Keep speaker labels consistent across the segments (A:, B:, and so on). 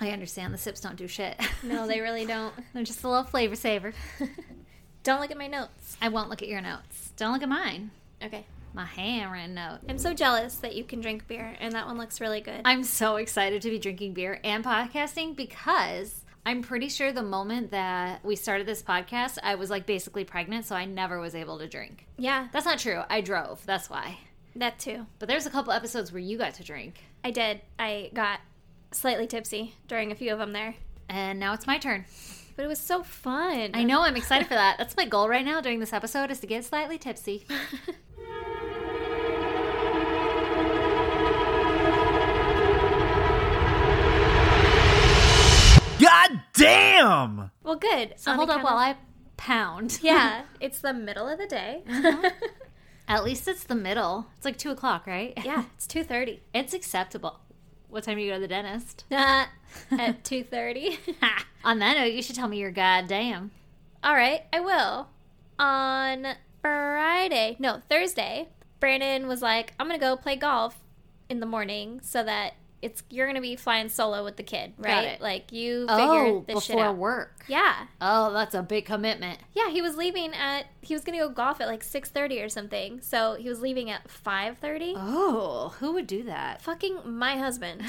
A: I understand the sips don't do shit.
B: No, they really don't.
A: They're just a little flavor saver.
B: Don't look at my notes.
A: I won't look at your notes. Don't look at mine.
B: Okay.
A: My handwritten note.
B: I'm so jealous that you can drink beer, and that one looks really good.
A: I'm so excited to be drinking beer and podcasting because I'm pretty sure the moment that we started this podcast, I was like basically pregnant, so I never was able to drink.
B: yeah,
A: That's not true. I drove. That's why.
B: that too.
A: But there's a couple episodes where you got to drink,
B: I did. I got slightly tipsy during a few of them there,
A: and now it's my turn.
B: but it was so fun.
A: I know I'm excited for that. That's my goal right now during this episode is to get slightly tipsy.
C: God damn!
B: Well, good.
A: So hold up while I pound.
B: Yeah, it's the middle of the day.
A: Uh-huh. At least it's the middle. It's like two o'clock, right?
B: yeah, it's two thirty.
A: It's acceptable. What time do you go to the dentist?
B: Uh, at two thirty.
A: On that note, you should tell me your goddamn.
B: All right, I will. On Friday, no, Thursday, Brandon was like, I'm going to go play golf in the morning so that it's you're going to be flying solo with the kid, right?
A: it.
B: Like you
A: Oh,
B: figured this shit
A: before
B: out.
A: work.
B: Yeah.
A: Oh, that's a big commitment.
B: Yeah, he was leaving at he was going to go golf at like 6:30 or something. So, he was leaving at 5:30.
A: Oh, who would do that?
B: Fucking my husband.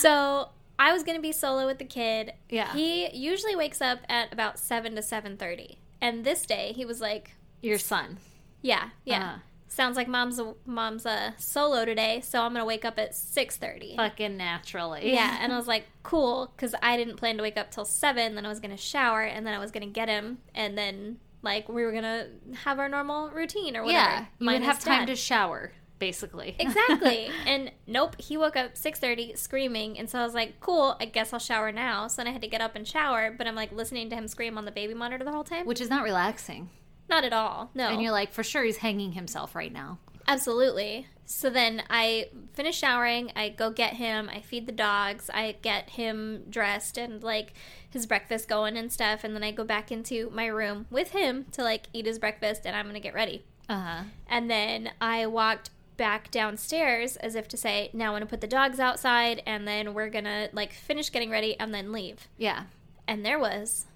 B: So, I was going to be solo with the kid.
A: Yeah.
B: He usually wakes up at about 7 to 7:30. And this day, he was like
A: your son.
B: Yeah, yeah.
A: Uh.
B: Sounds like mom's a, mom's a solo today, so I'm gonna wake up at six thirty.
A: Fucking naturally.
B: Yeah, and I was like, cool, because I didn't plan to wake up till seven. Then I was gonna shower, and then I was gonna get him, and then like we were gonna have our normal routine or whatever.
A: yeah. You
B: Mine
A: would
B: is
A: have time
B: dad.
A: to shower, basically.
B: exactly. and nope, he woke up six thirty screaming, and so I was like, cool, I guess I'll shower now. So then I had to get up and shower, but I'm like listening to him scream on the baby monitor the whole time.
A: Which is not relaxing.
B: Not at all. No.
A: And you're like, for sure, he's hanging himself right now.
B: Absolutely. So then I finish showering, I go get him, I feed the dogs, I get him dressed and like his breakfast going and stuff, and then I go back into my room with him to like eat his breakfast and I'm gonna get ready.
A: Uh huh.
B: And then I walked back downstairs as if to say, Now I'm gonna put the dogs outside and then we're gonna like finish getting ready and then leave.
A: Yeah.
B: And there was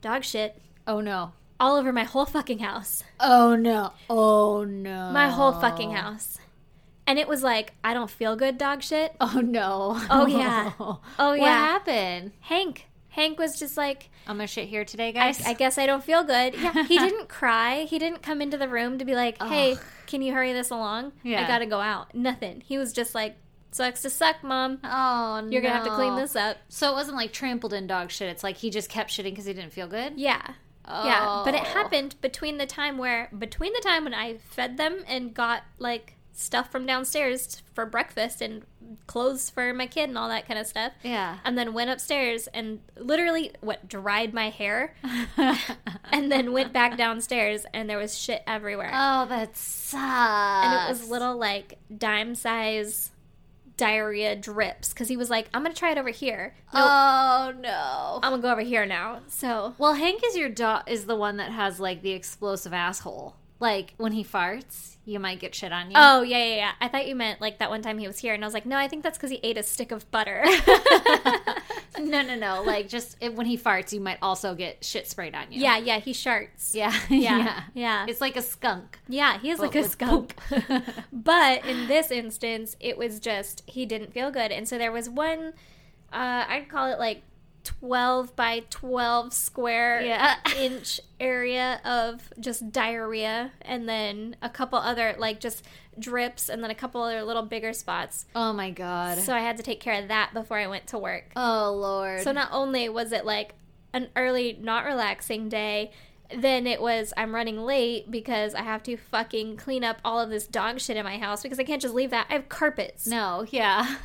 B: dog shit
A: Oh no.
B: all over my whole fucking house.
A: Oh no. Oh no.
B: my whole fucking house. And it was like, I don't feel good, dog shit.
A: Oh no.
B: Oh, yeah.
A: Oh
B: Oh,
A: What
B: yeah.
A: happened?
B: Hank. Hank was just like,
A: I'm gonna shit here today,
B: I,
A: guys.
B: I guess I don't feel good. Yeah, he didn't cry. He didn't come into the room to be like, hey,
A: Ugh.
B: can you hurry this along?
A: Yeah.
B: I gotta go out. Nothing. He was just like, sucks to suck, mom.
A: oh no.
B: You're gonna have to clean this up.
A: So it wasn't like trampled in dog shit. It's like he just kept shitting because he didn't feel good.
B: Yeah. Yeah. But it
A: Oh.
B: happened between the time where, between the time when I fed them and got like stuff from downstairs for breakfast and clothes for my kid and all that kind of stuff.
A: Yeah.
B: and then went upstairs and literally what dried my hair and then went back downstairs and there was shit everywhere
A: oh, that sucks.
B: and it was little like dime size diarrhea drips because he was like i'm gonna try it over here no
A: Oh no.
B: i'm gonna go over here now so
A: well, Hank is your dog is the one that has like the explosive asshole. Like when he farts, you might get shit on you.
B: oh yeah yeah yeah i thought you meant like that one time he was here and i was like no i think that's because he ate a stick of butter
A: no, no, no. Like just it, when he farts, you might also get shit sprayed on you.
B: yeah yeah he sharts
A: Yeah.
B: yeah yeah
A: It's like a skunk.
B: yeah he is like a
A: with
B: skunk
A: poop.
B: But in this instance, it was just he didn't feel good. And so there was one, uh, I'd call it like 12 by 12 square
A: Yeah.
B: inch area of just diarrhea. And then a couple other like just drips and then a couple other little bigger spots.
A: oh my god.
B: So I had to take care of that before I went to work.
A: oh lord.
B: So not only was it like an early, not relaxing day, then it was I'm running late because I have to fucking clean up all of this dog shit in my house because I can't just leave that. I have carpets.
A: no, yeah.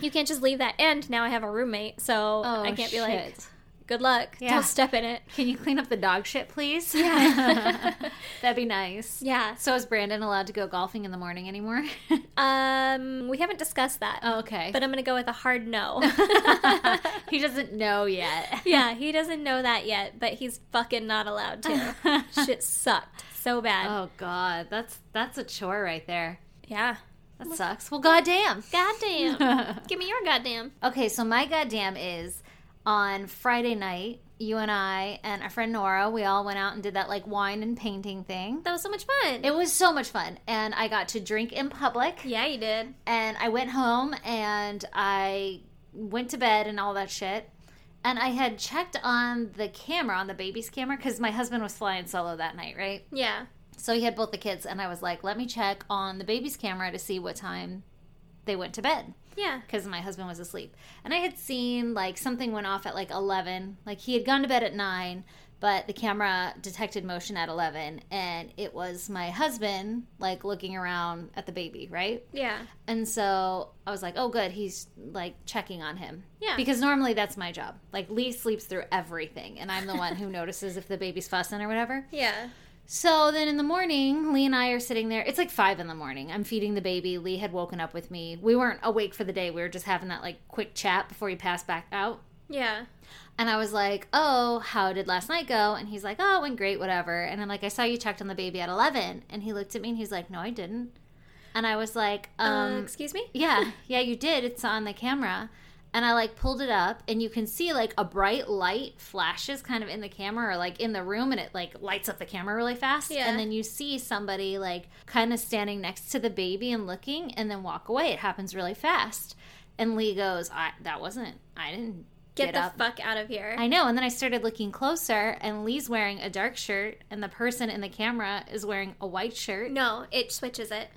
B: You can't just leave that. And now I have a roommate, so
A: Oh,
B: I can't be like,
A: shit.
B: good luck.
A: Yeah.
B: Don't step in it.
A: Can you clean up the dog shit, please? Yeah. That'd be nice.
B: Yeah.
A: So is Brandon allowed to go golfing in the morning anymore?
B: Um, we haven't discussed that,
A: oh, okay.
B: but I'm gonna go with a hard no.
A: he doesn't know yet.
B: yeah, he doesn't know that yet, but he's fucking not allowed to. shit sucked so bad.
A: Oh god, that's that's a chore right there.
B: Yeah.
A: That sucks. Well, goddamn.
B: Goddamn. Give me your goddamn.
A: Okay, so my goddamn is on Friday night, you and I and our friend Nora, we all went out and did that like wine and painting thing.
B: That was so much fun.
A: It was so much fun. And I got to drink in public.
B: yeah, you did.
A: And I went home and I went to bed and all that shit. And I had checked on the camera, on the baby's camera, because my husband was flying solo that night, right?
B: Yeah.
A: So he had both the kids. And I was like, let me check on the baby's camera to see what time they went to bed
B: Yeah.
A: because my husband was asleep. And I had seen like something went off at like 11. Like he had gone to bed at 9, but the camera detected motion at 11 and it was my husband like looking around at the baby, right?
B: Yeah.
A: And so I was like, "Oh good, he's like checking on him."
B: Yeah.
A: Because normally that's my job. Like Lee sleeps through everything and I'm the one who notices if the baby's fussing or whatever.
B: Yeah.
A: So then in the morning, Lee and I are sitting there. It's like five in the morning. I'm feeding the baby. Lee had woken up with me. We weren't awake for the day. We were just having that like quick chat before he passed back out.
B: Yeah.
A: And I was like, Oh, how did last night go? And he's like, Oh, it went great, whatever. And I'm like, I saw you checked on the baby at 11. And he looked at me and he's like, No, I didn't. And I was like,
B: Um,
A: um,
B: excuse me?
A: yeah, yeah, you did. It's on the camera. And I like pulled it up and you can see like a bright light flashes kind of in the camera or like in the room and it like lights up the camera really fast.
B: Yeah.
A: And then you see somebody like kind of standing next to the baby and looking and then walk away. It happens really fast. And Lee goes, I that wasn't I didn't get,
B: Get, the
A: up.
B: fuck out of here.
A: I know. And then I started looking closer and Lee's wearing a dark shirt and the person in the camera is wearing a white shirt.
B: no, it switches it.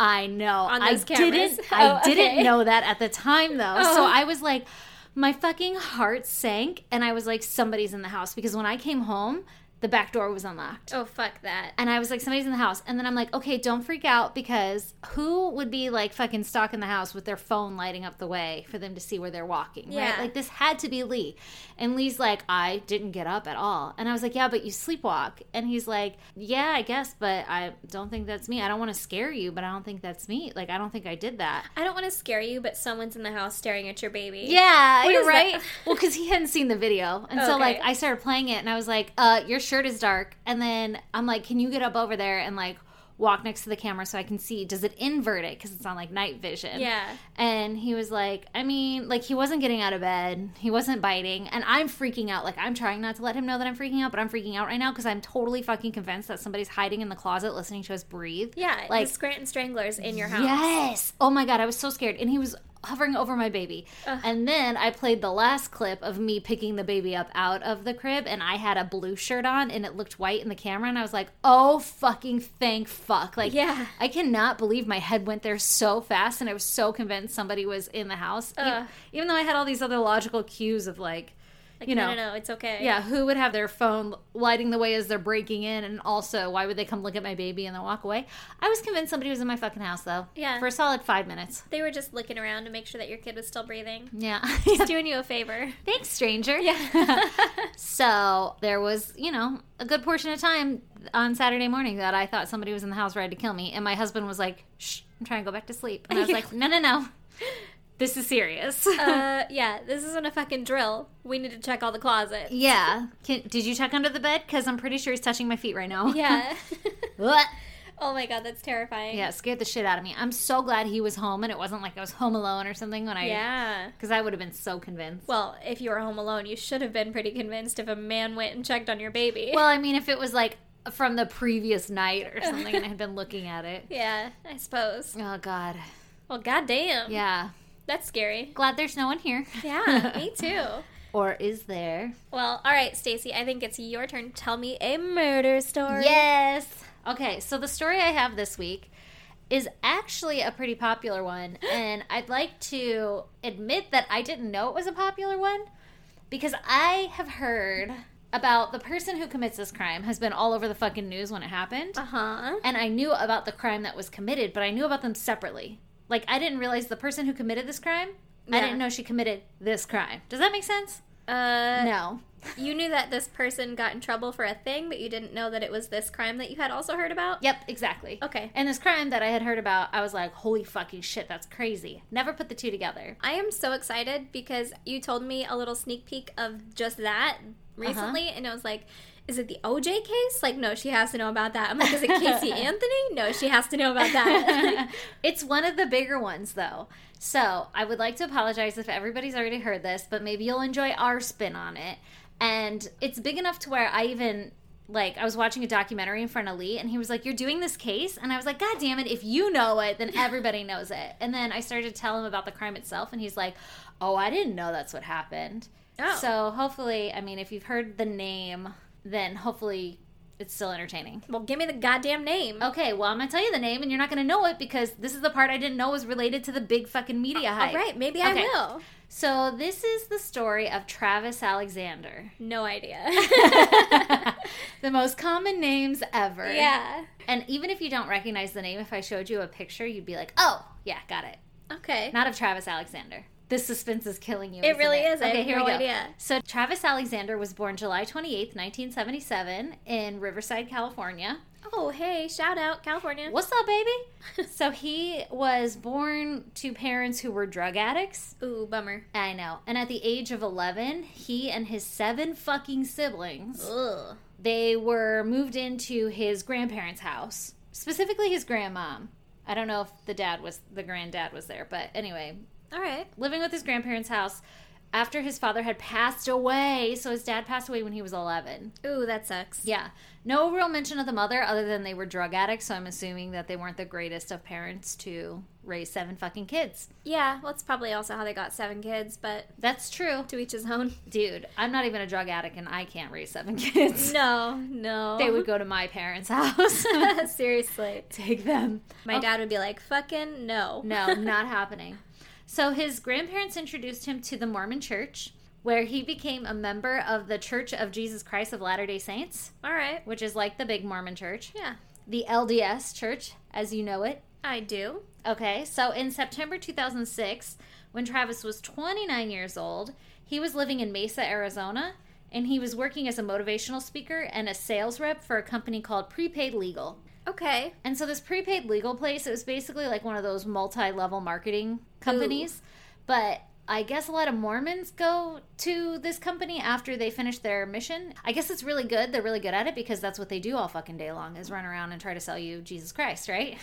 A: I know.
B: On
A: I
B: those cameras.
A: didn't.
B: Oh,
A: I
B: okay.
A: didn't know that at the time though. So
B: Oh.
A: I was like, my fucking heart sank, and I was like, somebody's in the house because when I came home, the back door was unlocked.
B: Oh, fuck that.
A: And I was like, somebody's in the house. And then I'm like, okay, don't freak out because who would be like fucking stalking the house with their phone lighting up the way for them to see where they're walking?
B: Yeah.
A: Right? Like this had to be Lee. And Lee's like, I didn't get up at all. And I was like, yeah, but you sleepwalk. And he's like, yeah, I guess, but I don't think that's me. I don't want to scare you, but I don't think that's me. Like, I don't think I did that.
B: I don't want to scare you, but someone's in the house staring at your baby.
A: Yeah,
B: What
A: you're
B: is that?
A: right. Well, because he hadn't seen the video, and so
B: Okay.
A: like I started playing it, and I was like, "Uh, your shirt is dark," and then I'm like, "Can you get up over there and like walk next to the camera so I can see? Does it invert it because it's on like night vision?"
B: Yeah.
A: And he was like, "I mean, like he wasn't getting out of bed, he wasn't biting, and I'm freaking out. Like I'm trying not to let him know that I'm freaking out, but I'm freaking out right now because I'm totally fucking convinced that somebody's hiding in the closet listening to us breathe.
B: Yeah. Like,
A: Like-
B: the Scranton Stranglers in your house.
A: Yes. Oh my god, I was so scared, and he was hovering over my baby. And then I played the last clip of me picking the baby up out of the crib, and I had a blue shirt on, and it looked white in the camera, and I was like, "Oh fucking thank fuck!" Like,
B: Yeah.
A: I cannot believe my head went there so fast, and I was so convinced somebody was in the house, E-
B: Ugh.
A: even though I had all these other logical cues of like.
B: Like,
A: you
B: no,
A: know,
B: no, no, it's okay.
A: yeah, who would have their phone lighting the way as they're breaking in? And also, why would they come look at my baby and then walk away? I was convinced somebody was in my fucking house, though.
B: Yeah.
A: For a solid five minutes.
B: They were just looking around to make sure that your kid was still breathing.
A: Yeah.
B: Just doing you a favor.
A: Thanks, stranger. Yeah. so there was, you know, a good portion of time on Saturday morning that I thought somebody was in the house ready to kill me. And my husband was like, shh, I'm trying to go back to sleep. And I was like, no, no, no. This is serious.
B: uh, yeah, this isn't a fucking drill. We need to check all the closets.
A: yeah. Can, did you check under the bed? Because I'm pretty sure he's touching my feet right now.
B: Yeah.
A: What?
B: oh my god, that's terrifying.
A: Yeah, it scared the shit out of me. I'm so glad he was home and it wasn't like I was home alone or something when I
B: Yeah.
A: cuz I would have been so convinced. Well,
B: Well, if you were home alone, you should have been pretty convinced if a man went and checked on your baby.
A: I mean if it was like from the previous night or something and I had been looking at it.
B: yeah, I suppose.
A: Oh god.
B: Well, goddamn.
A: Yeah.
B: That's scary.
A: Glad there's no one here.
B: Yeah, me too.
A: Or is there?
B: Well, all right, Stacy, I think it's your turn to tell me a murder story.
A: Yes. Okay, so the story I have this week is actually a pretty popular one and I'd like to admit that I didn't know it was a popular one because I have heard about the person who commits this crime has been all over the fucking news when it happened.
B: Uh huh.
A: And I knew about the crime that was committed, but I knew about them separately. Like I didn't realize the person who committed this crime, I
B: Yeah.
A: didn't know she committed this crime. Does that make sense?
B: Uh,
A: no.
B: you knew that this person got in trouble for a thing, but you didn't know that it was this crime that you had also heard about?
A: Yep, exactly.
B: Okay.
A: And this crime that I had heard about, I was like, holy fucking shit, that's crazy. Never put the two together.
B: I am so excited because you told me a little sneak peek of just that recently, and I was like, is it the OJ case? Like, no, she has to know about that. I'm like, is it Casey Anthony? No, she has to know about that.
A: it's one of the bigger ones, though. So I would like to apologize if everybody's already heard this, but maybe you'll enjoy our spin on it. And it's big enough to where I even like I was watching a documentary in front of Lee, and he was like, "You're doing this case," and I was like, "God damn it! If you know it, then everybody knows it." And then I started to tell him about the crime itself, and he's like, "Oh, I didn't know that's what happened."
B: Oh.
A: So hopefully, I mean, if you've heard the name, then hopefully it's still entertaining.
B: well, give me the goddamn name.
A: Okay, well, I'm gonna tell you the name, and you're not gonna know it because this is the part I didn't know was related to the big fucking media hype.
B: All Oh, right, maybe I
A: Okay.
B: will.
A: So this is the story of Travis Alexander.
B: No idea.
A: the most common names ever.
B: yeah.
A: And even if you don't recognize the name, if I showed you a picture, you'd be like, "Oh, yeah, got it."
B: Okay.
A: Not of Travis Alexander. This suspense is killing you.
B: It
A: isn't
B: really
A: it?
B: is. I have no idea.
A: So Travis Alexander was born July 28th, 1977, in Riverside, California.
B: oh, hey, shout out California.
A: What's up, baby? so he was born to parents who were drug addicts.
B: Ooh, bummer.
A: I know. And at the age of 11, he and his seven fucking siblings,
B: Ugh.
A: they were moved into his grandparents' house, specifically his grandmom. I don't know if the dad was the granddad was there, but anyway,
B: All right.
A: living with his grandparents' house after his father had passed away. So his dad passed away when he was 11.
B: Ooh, that sucks.
A: Yeah. No real mention of the mother other than they were drug addicts, so I'm assuming that they weren't the greatest of parents to raise seven fucking kids.
B: Yeah, well, it's probably also how they got seven kids, but
A: That's true.
B: to each his own.
A: Dude, I'm not even a drug addict and I can't raise seven kids.
B: No, no.
A: They would go to my parents' house.
B: Seriously.
A: Take them.
B: My dad would be like, fucking Oh. no.
A: No, not happening. So his grandparents introduced him to the Mormon church, where he became a member of the Church of Jesus Christ of Latter day Saints,
B: All right.
A: which is like the big Mormon church,
B: Yeah,
A: the LDS church, as you know it.
B: I do.
A: Okay, so in September 2006, when Travis was 29 years old, he was living in Mesa, Arizona, and he was working as a motivational speaker and a sales rep for a company called Prepaid Legal.
B: Okay.
A: And so this prepaid legal place, it was basically like one of those multi-level marketing companies, but I guess a lot of Mormons go to this company after they finish their mission. I guess it's really good. They're really good at it because that's what they do all fucking day long is run around and try to sell you Jesus Christ, right?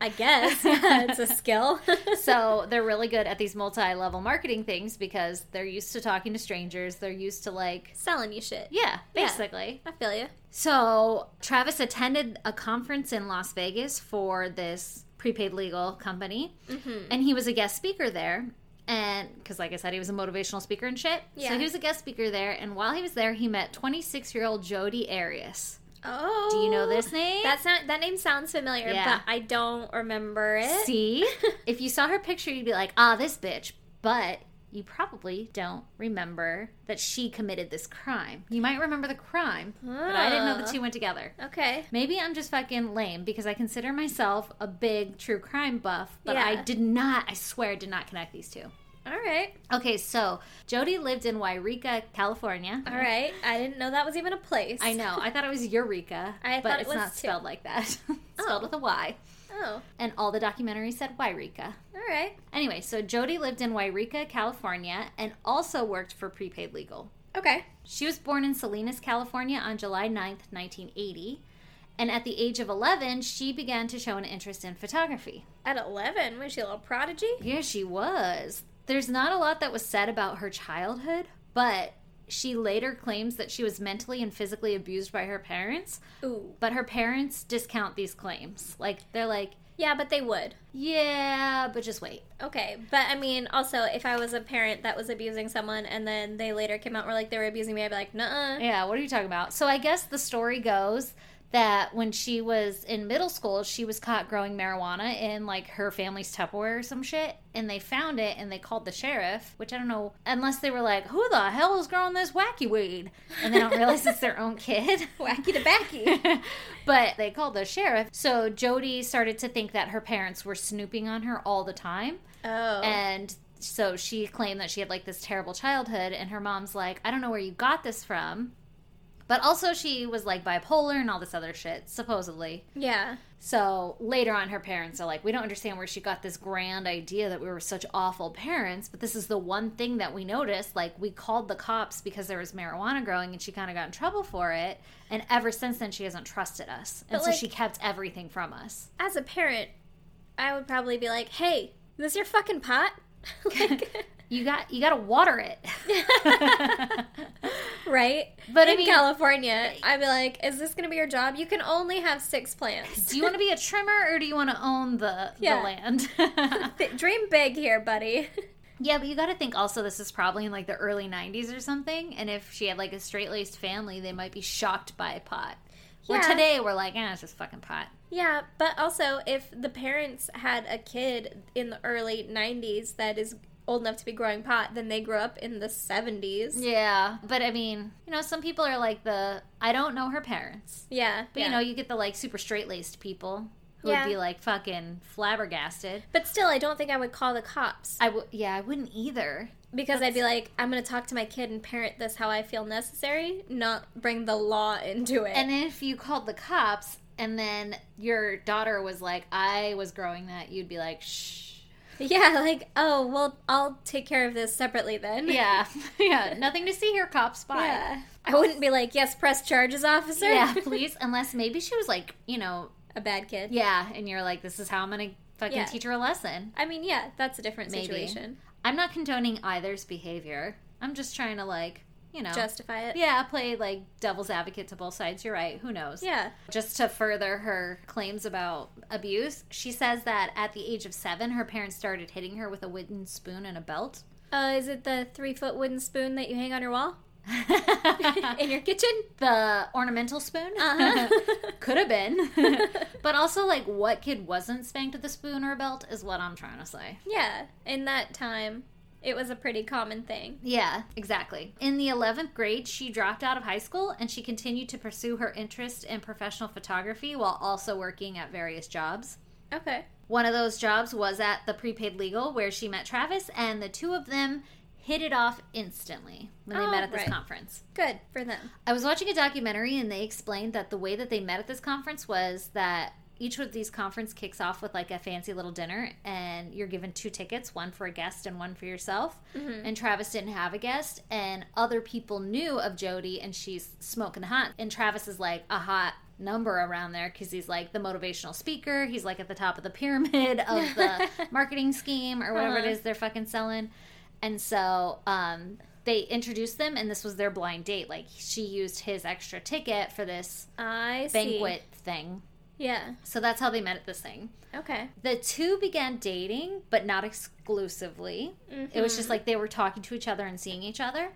B: I guess. Yeah, it's a skill.
A: so they're really good at these multi-level marketing things because they're used to talking to strangers. They're used to like,
B: Selling you shit.
A: yeah,
B: Yeah.
A: basically.
B: I feel you.
A: So Travis attended a conference in Las Vegas for this prepaid legal company,
B: Mm-hmm.
A: and he was a guest speaker there. And because, like I said, he was a motivational speaker and shit.
B: Yeah.
A: So he was a guest speaker there. And while he was there, he met 26 year old Jody Arias.
B: Oh.
A: Do you know this name?
B: That's not, that name sounds familiar,
A: Yeah.
B: but I don't remember it.
A: See? if you saw her picture, you'd be like, ah, this bitch. But you probably don't remember that she committed this crime. You might remember the crime, but I didn't know the
B: Ah.
A: two went together.
B: Okay.
A: Maybe I'm just fucking lame because I consider myself a big true crime buff, but I
B: Yeah.
A: did not, I swear, did not connect these two.
B: All right.
A: Okay, so Jody lived in Wairika, California.
B: All right. I didn't know that was even a place.
A: I know. I thought it was Eureka,
B: I
A: but
B: thought it
A: it's
B: was
A: not
B: too.
A: spelled like that. It's
B: Oh.
A: spelled with a Y.
B: Oh.
A: And all the documentaries said Wairika.
B: All right.
A: Anyway, so Jody lived in Wairika, California, and also worked for Prepaid Legal.
B: Okay.
A: She was born in Salinas, California on July 9th, 1980. And at the age of 11, she began to show an interest in photography.
B: At 11, was she a little prodigy?
A: Yeah, she was. There's not a lot that was said about her childhood, but she later claims that she was mentally and physically abused by her parents.
B: Ooh.
A: But her parents discount these claims. Like, they're like,
B: Yeah, but they would.
A: yeah, but just wait.
B: Okay, but I mean, also, if I was a parent that was abusing someone and then they later came out and were like, they were abusing me, I'd be like, nuh uh.
A: Yeah, what are you talking about? So I guess the story goes that when she was in middle school, she was caught growing marijuana in like her family's Tupperware or some shit, and they found it and they called the sheriff, which I don't know, unless they were like, "Who the hell is growing this wacky weed?" and they don't realize it's their own kid.
B: Wacky to backy.
A: but they called the sheriff. So Jody started to think that her parents were snooping on her all the time.
B: Oh.
A: And so she claimed that she had like this terrible childhood, and her mom's like, I don't know where you got this from, But also, she was like bipolar and all this other shit, supposedly.
B: Yeah.
A: So later on, her parents are like, we don't understand where she got this grand idea that we were such awful parents, but this is the one thing that we noticed. Like, we called the cops because there was marijuana growing and she kind of got in trouble for it. And ever since then, she hasn't trusted us. And
B: But,
A: so
B: like-
A: she kept everything from us.
B: As a parent, I would probably be like, "Hey, this your fucking pot?" like,
A: You got you got to water it.
B: right?
A: But I
B: in
A: mean-
B: California, I'd be like, "Is this gonna be your job? You can only have six plants.
A: do you want to be a trimmer or do you want to own the,
B: Yeah.
A: the land?
B: Th- Dream big here, buddy."
A: yeah, but you got to think also this is probably in like the early 90s or something. And if she had like a straight laced family, they might be shocked by pot. Where
B: Yeah.
A: today we're like, ah, it's just fucking pot.
B: Yeah, but also if the parents had a kid in the early 90s that is old enough to be growing pot, then they grew up in the 70s. Yeah.
A: Yeah, but I mean, you know, some people are like the I don't know her parents, but
B: yeah.
A: you know, you get the like super straight laced people who
B: Yeah.
A: would be like fucking flabbergasted.
B: but still I don't think I would call the cops
A: I would, yeah, I wouldn't either.
B: because I'd be like I'm going to talk to my kid and parent this how I feel necessary, not bring the law into it.
A: And if you called the cops and then your daughter was like, "I was growing that," you'd be like, "Shh."
B: yeah, like, "Oh, well, I'll take care of this separately then."
A: Yeah, yeah, nothing to see here, cops. Bye.
B: Yeah. I wouldn't be like, "Yes, press charges, officer."
A: Yeah, please. Unless maybe she was like, you know,
B: a bad kid.
A: yeah, and you're like, this is how I'm gonna fucking
B: Yeah.
A: teach her a lesson.
B: I mean, yeah, that's a different
A: Maybe.
B: situation.
A: I'm not condoning either's behavior. I'm just trying to like, you know,
B: Justify it.
A: yeah, play like devil's advocate to both sides. You're right. Who knows?
B: Yeah.
A: Just to further her claims about abuse, she says that at the age of seven, her parents started hitting her with a wooden spoon and a belt.
B: Uh, is it the three foot wooden spoon that you hang on your wall in your kitchen?
A: the ornamental spoon
B: Uh-huh.
A: could have been, but also like what kid wasn't spanked with a spoon or a belt is what I'm trying to say.
B: yeah, in that time, it was a pretty common thing.
A: Yeah, exactly. In the 11th grade, she dropped out of high school and she continued to pursue her interest in professional photography while also working at various jobs.
B: Okay.
A: One of those jobs was at the prepaid legal where she met Travis, and the two of them hit it off instantly when they
B: Oh,
A: met at this
B: right.
A: conference.
B: Good for them.
A: I was watching a documentary and they explained that the way that they met at this conference was that each of these conference kicks off with like a fancy little dinner and you're given two tickets, one for a guest and one for yourself. And Travis didn't have a guest and other people knew of Jody and she's smoking hot and Travis is like a hot number around there cuz he's like the motivational speaker, he's like at the top of the pyramid of the marketing scheme or whatever it
B: Uh-huh.
A: is they're fucking selling. And so um, they introduced them, and this was their blind date. Like she used his extra ticket for this
B: I see.
A: banquet thing.
B: Yeah.
A: So that's how they met at this thing.
B: Okay.
A: The two began dating, but not exclusively. It was
B: Mm-hmm.
A: just like they were talking to each other and seeing each other.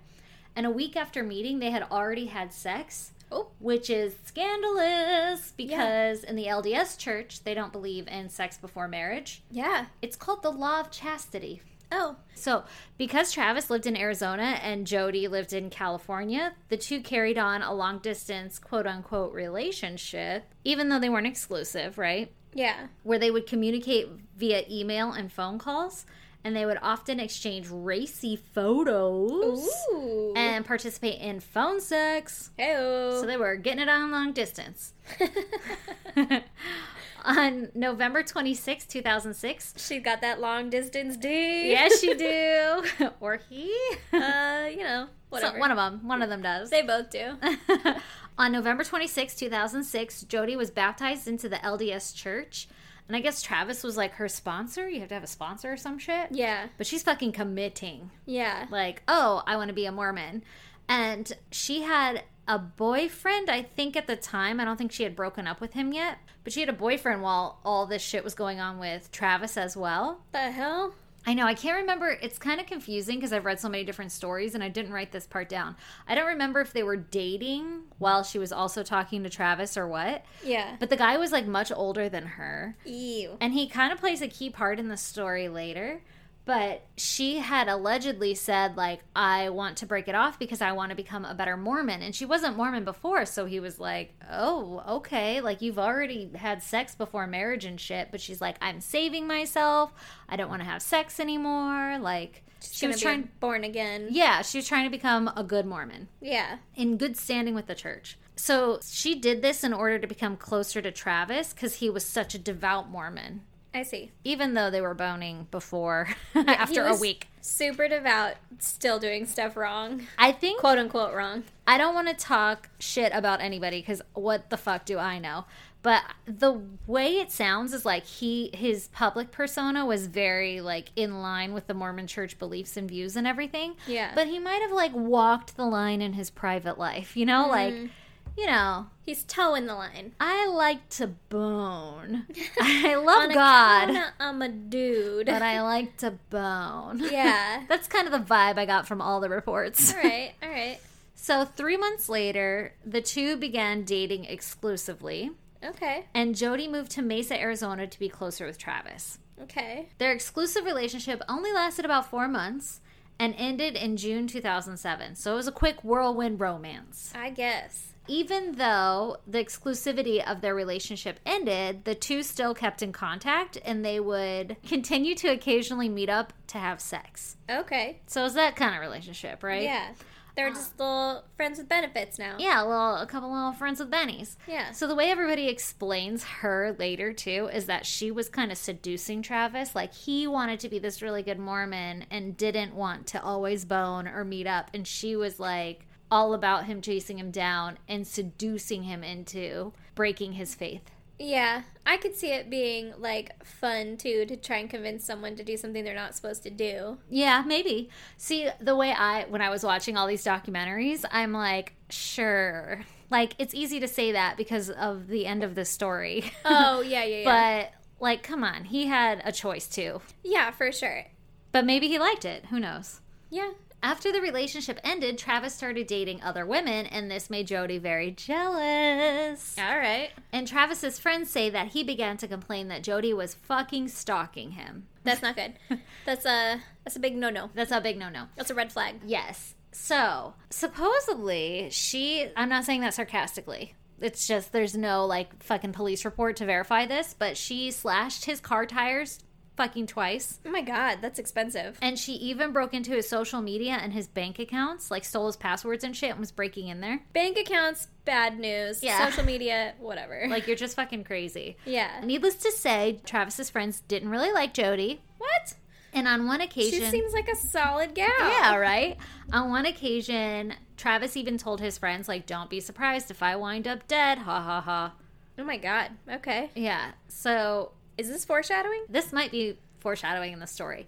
A: And a week after meeting, they had already had sex,
B: Oh.
A: which is scandalous because in the LDS church, they don't believe in sex before marriage.
B: Yeah.
A: It's called the law of chastity.
B: Oh.
A: So, because Travis lived in Arizona and Jody lived in California, the two carried on a long distance, quote unquote, relationship, even though they weren't exclusive, right?
B: Yeah.
A: Where they would communicate via email and phone calls, and they would often exchange racy photos
B: Ooh.
A: and participate in phone sex.
B: Heyo.
A: So they were getting it on long distance. on November 26, 2006,
B: she got that long distance D.
A: yes, you do. or he.
B: Uh, you know, whatever. Mm.
A: So one of them. One of them does.
B: they both do.
A: On November 26, 2006, Jody was baptized into the LDS church. And I guess Travis was like her sponsor. You have to have a sponsor or some shit.
B: yeah.
A: But she's fucking committing.
B: Yeah.
A: Like, oh, I want to be a Mormon. And she had a boyfriend, I think, at the time. I don't think she had broken up with him yet. But she had a boyfriend while all this shit was going on with Travis as well.
B: the hell?
A: I know. I can't remember. It's kind of confusing because I've read so many different stories and I didn't write this part down. I don't remember if they were dating while she was also talking to Travis or what.
B: Yeah.
A: But the guy was like much older than her.
B: Ew.
A: And he kind of plays a key part in the story later. but she had allegedly said like i want to break it off because i want to become a better mormon and she wasn't mormon before so he was like oh okay like you've already had sex before marriage and shit but she's like i'm saving myself i don't want to have sex anymore like she was trying
B: born again.
A: yeah she was trying to become a good mormon
B: Yeah.
A: in good standing with the church. So she did this in order to become closer to Travis because he was such a devout Mormon,
B: I see.
A: even though they were boning before after
B: He
A: a
B: was
A: week.
B: Super devout, still doing stuff wrong.
A: I think
B: Quote unquote wrong.
A: I don't want to talk shit about anybody because what the fuck do I know? But the way it sounds is like he his public persona was very like in line with the Mormon Church beliefs and views and everything.
B: Yeah.
A: But he might have like walked the line in his private life, you know, like
B: Mm-hmm.
A: you know,
B: He's toeing the line.
A: I like to bone. I love
B: On
A: Oh, God,
B: account of I'm a dude.
A: but I like to bone.
B: yeah.
A: That's kind of the vibe I got from all the reports.
B: all right. All right.
A: So, three months later, the two began dating exclusively,
B: Okay.
A: and Jody moved to Mesa, Arizona to be closer with Travis.
B: Okay.
A: Their exclusive relationship only lasted about four months and ended in June 2007. So, it was a quick whirlwind romance.
B: I guess.
A: even though the exclusivity of their relationship ended, the two still kept in contact and they would continue to occasionally meet up to have sex.
B: Okay.
A: So it's that kind of relationship, right? Uh.
B: Yeah. They're just little friends with benefits now.
A: Yeah, well, a couple of friends with Benny's.
B: Yeah.
A: So the way everybody explains her later too is that she was kind of seducing Travis. Like he wanted to be this really good Mormon and didn't want to always bone or meet up, and she was like all about him chasing him down and seducing him into breaking his faith.
B: Yeah, I could see it being like fun too to try and convince someone to do something they're not supposed to do.
A: Yeah, maybe. See, the way I, when I was watching all these documentaries, I'm like, sure. Like, it's easy to say that because of the end of the story.
B: Oh, yeah, yeah, yeah.
A: But like, come on, he had a choice too.
B: yeah, for sure.
A: But maybe he liked it. Who knows?
B: Yeah.
A: After the relationship ended, Travis started dating other women, and this made Jody very jealous.
B: All right.
A: And Travis's friends say that he began to complain that Jody was fucking stalking him.
B: That's not good. That's a that's a big no-no.
A: That's a big no no.
B: That's a red flag.
A: Yes. So supposedly she, I'm not saying that sarcastically. It's just there's no like fucking police report to verify this, but she slashed his car tires fucking twice.
B: Oh my god, that's expensive.
A: And she even broke into his social media and his bank accounts, like stole his passwords and shit and was breaking in there.
B: Bank accounts, bad news.
A: Yeah.
B: Social media, whatever.
A: Like, you're just fucking crazy.
B: yeah.
A: Needless to say, Travis's friends didn't really like Jody.
B: What?
A: And on one
B: She
A: occasion.
B: seems like a solid gal.
A: yeah, right? On one occasion, Travis even told his friends, like, don't be surprised if I wind up dead. Ha ha ha.
B: Oh my god. Okay.
A: Yeah. So
B: Is this foreshadowing?
A: this might be foreshadowing in the story.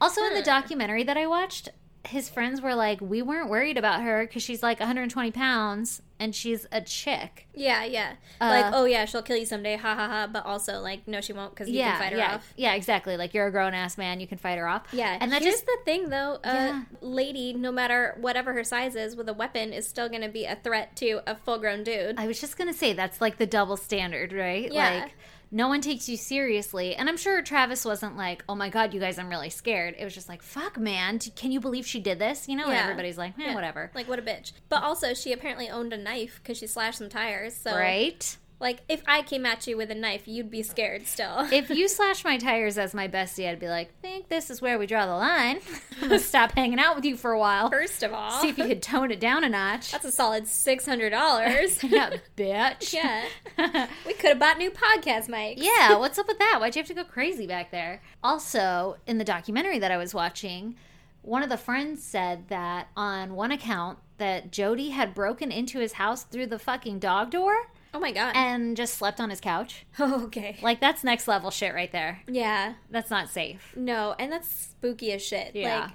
A: Also, in the documentary that I watched, his friends were like, "We weren't worried about her because she's like 120 pounds and she's a chick."
B: Yeah, yeah.
A: Uh,
B: like, oh yeah, she'll kill you someday. Ha ha ha. But also, like, no, she won't because you
A: yeah,
B: can fight her
A: yeah,
B: off.
A: yeah, exactly. Like you're a grown ass man, you can fight her off.
B: Yeah,
A: and that
B: here's
A: just
B: the thing though. A
A: Yeah.
B: lady, no matter whatever her size is, with a weapon is still going to be a threat to a full-grown dude.
A: I was just gonna say that's like the double standard, right?
B: Yeah.
A: Like no one takes you seriously, and I'm sure Travis wasn't like, "Oh my god, you guys, I'm really scared." It was just like, "Fuck, man, d- can you believe she did this?" You know, and
B: Yeah.
A: everybody's like, eh,
B: Yeah.
A: "Whatever."
B: Like what a bitch. But also, she apparently owned a knife because she slashed some tires. So,
A: Right?
B: like, if I came at you with a knife, you'd be scared still.
A: if you slash my tires as my bestie, I'd be like, think this is where we draw the line. Stop hanging out with you for a while.
B: First of all,
A: See if you could tone it down a notch.
B: that's a solid six hundred dollars.
A: yeah, bitch.
B: yeah, we could have bought new podcast mics.
A: yeah, what's up with that? Why'd you have to go crazy back there? Also, in the documentary that I was watching, one of the friends said that on one account that Jody had broken into his house through the fucking dog door
B: Oh my god.
A: and just slept on his couch.
B: okay.
A: Like that's next level shit right there.
B: Yeah.
A: That's not safe.
B: No, and that's spooky as shit.
A: Yeah.
B: Like,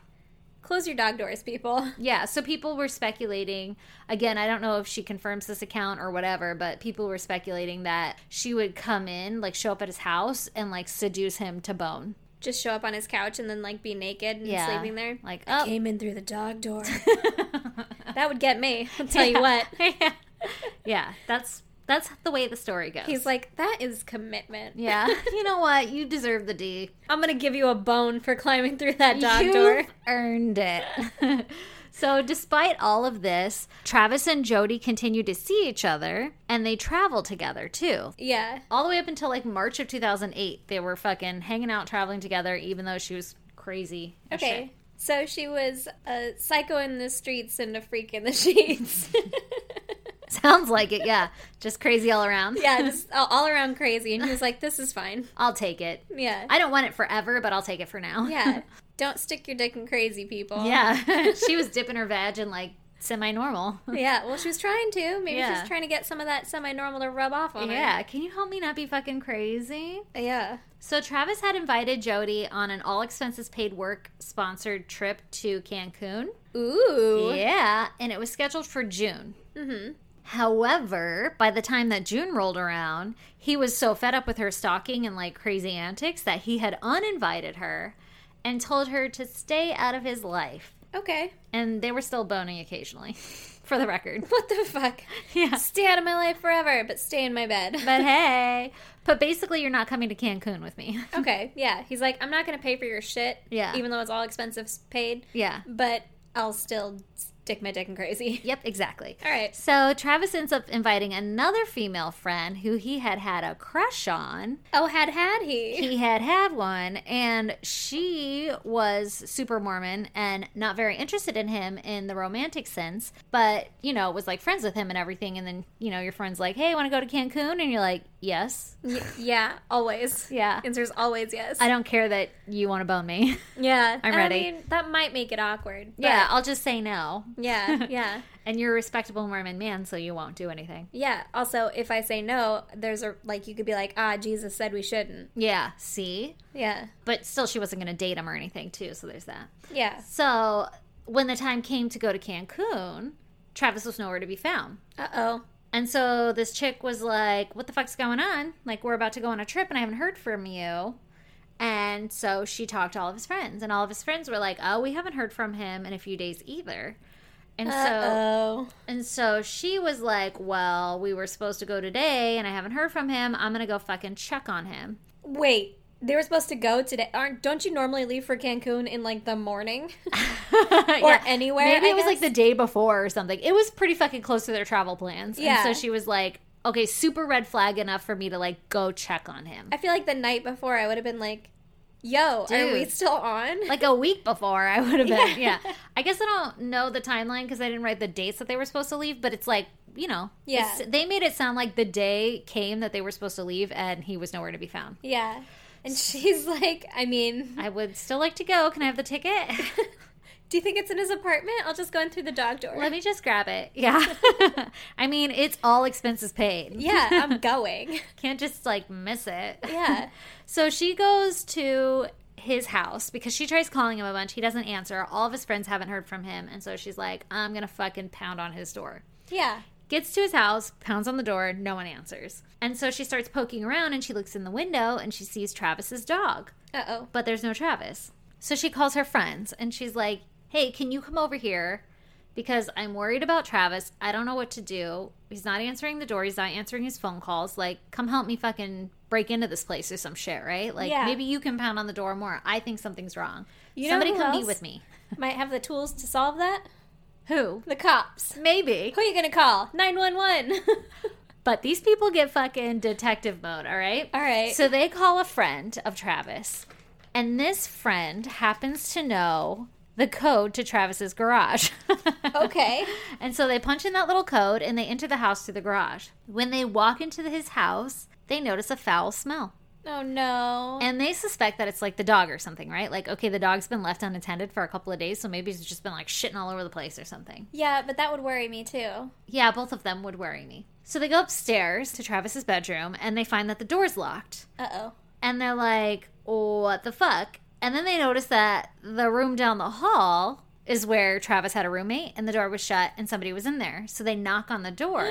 B: close your dog doors, people.
A: Yeah, so people were speculating. Again, I don't know if she confirms this account or whatever, but people were speculating that she would come in, like show up at his house and like seduce him to bone.
B: just show up on his couch and then like be naked and
A: Yeah.
B: sleeping there.
A: Like,
B: I
A: oh.
B: came in through the dog door. that would get me. I'll tell you what.
A: yeah. yeah, that's That's the way the story goes.
B: He's like, that is commitment.
A: yeah, you know what? You deserve the D.
B: I'm gonna give you a bone for climbing through that dog
A: You've
B: door.
A: earned it. so, despite all of this, Travis and Jody continue to see each other and they travel together too.
B: Yeah.
A: All the way up until like March of 2008, they were fucking hanging out, traveling together, even though she was crazy. as
B: Okay. So she was a psycho in the streets and a freak in the sheets.
A: shit. Sounds like it, yeah. Just crazy all around.
B: yeah, just all- all around crazy. And he was like, this is fine.
A: I'll take it.
B: Yeah.
A: I don't want it forever, but I'll take it for now.
B: yeah. Don't stick your dick in crazy people.
A: yeah. she was dipping her vag in like semi normal.
B: Yeah. Well, she was trying to. Maybe she
A: Yeah.
B: was trying to get some of that semi normal to rub off on
A: Yeah. Can you help me not be fucking crazy?
B: her. Yeah.
A: So Travis had invited Jody on an all expenses paid work sponsored trip to Cancun.
B: Ooh.
A: Yeah, and it was scheduled for June. Mm-hmm. However, by the time that June rolled around, he was so fed up with her stalking and like crazy antics that he had uninvited her and told her to stay out of his life.
B: Okay.
A: And they were still boning occasionally, for the record.
B: What the fuck?
A: Yeah.
B: Stay out of my life forever, but stay in my bed.
A: But hey, but basically, you're not coming to Cancun with me.
B: okay. Yeah. He's like, I'm not going to pay for your shit.
A: Yeah.
B: Even though it's all expenses paid,
A: Yeah.
B: but I'll still stick my dick in crazy.
A: Yep, exactly.
B: All right.
A: So Travis ends up inviting another female friend who he had had a crush on.
B: Oh, had had he?
A: He had had one, and she was super Mormon and not very interested in him in the romantic sense, but, you know, was like friends with him and everything. And then, you know, your friend's like, hey, want to go to Cancun? And you're like, yes.
B: Y- yeah, always.
A: Yeah.
B: Answer's always yes.
A: I don't care that you want to bone me.
B: yeah.
A: I'm
B: I
A: ready.
B: mean, that might make it awkward. but-
A: yeah, I'll just say no.
B: Yeah. Yeah.
A: And you're a respectable Mormon man, so you won't do anything.
B: Yeah. Also, if I say no, there's a like you could be like, ah, Jesus said we shouldn't.
A: Yeah, see?
B: Yeah.
A: But still, she wasn't going to date him or anything, too, so there's that.
B: Yeah.
A: So when the time came to go to Cancun, Travis was nowhere to be found.
B: Uh oh.
A: And so this chick was like, What the fuck's going on? Like, we're about to go on a trip and I haven't heard from you. And so she talked to all of his friends, and all of his friends were like, Oh, we haven't heard from him in a few days either. And so
B: Uh oh.
A: and so she was like, Well, we were supposed to go today and I haven't heard from him. I'm gonna go fucking check on him.
B: Wait. They were supposed to go today. Aren't don't you normally leave for Cancun in like the morning?
A: or
B: anywhere,
A: Maybe
B: I
A: it was like
B: guess.
A: the day before or something. It was pretty fucking close to their travel plans.
B: Yeah.
A: And so she was like, okay, super red flag enough for me to like go check on him.
B: I feel like the night before I would have been like, "Yo, are we
A: Dude.
B: still on?"
A: Like a week before, I would have been.
B: Yeah.
A: Yeah. I guess I don't know the timeline because I didn't write the dates that they were supposed to leave, but it's like, you know,
B: Yeah.
A: it's- they made it sound like the day came that they were supposed to leave and he was nowhere to be found.
B: yeah. And she's like, "I mean,
A: I would still like to go. Can I have the ticket?
B: do you think it's in his apartment? I'll just go in through the dog door."
A: Let me just grab it. Yeah. I mean, it's all expenses paid.
B: yeah, I'm going.
A: Can't just like miss it.
B: Yeah.
A: So she goes to his house because she tries calling him a bunch. He doesn't answer. All of his friends haven't heard from him. And so she's like, I'm going to fucking pound on his door.
B: Yeah.
A: Gets to his house, pounds on the door, no one answers. And so she starts poking around and she looks in the window and she sees Travis's dog,
B: Uh oh.
A: but there's no Travis. So she calls her friends and she's like, Hey, can you come over here? Because I'm worried about Travis. I don't know what to do. He's not answering the door. He's not answering his phone calls. Like, come help me fucking break into this place or some shit, right? Like,
B: Yeah.
A: maybe you can pound on the door more. I think something's wrong.
B: You know
A: Somebody
B: who
A: come be
B: else?
A: with me.
B: Might have the tools to solve that.
A: Who?
B: The cops.
A: Maybe.
B: Who are you gonna call? Nine one one.
A: But these people get fucking detective mode, all right?
B: All right.
A: So they call a friend of Travis, and this friend happens to know the code to Travis's garage.
B: Okay.
A: And so they punch in that little code and they enter the house through the garage. When they walk into his house, they notice a foul smell.
B: Oh no.
A: And they suspect that it's like the dog or something, right? Like, okay, the dog's been left unattended for a couple of days, so maybe it's just been like shitting all over the place or something.
B: yeah, but that would worry me too.
A: Yeah, both of them would worry me. So they go upstairs to Travis's bedroom and they find that the door's locked.
B: Uh oh.
A: And they're like, what the fuck? And then they notice that the room down the hall is where Travis had a roommate and the door was shut and somebody was in there. So they knock on the door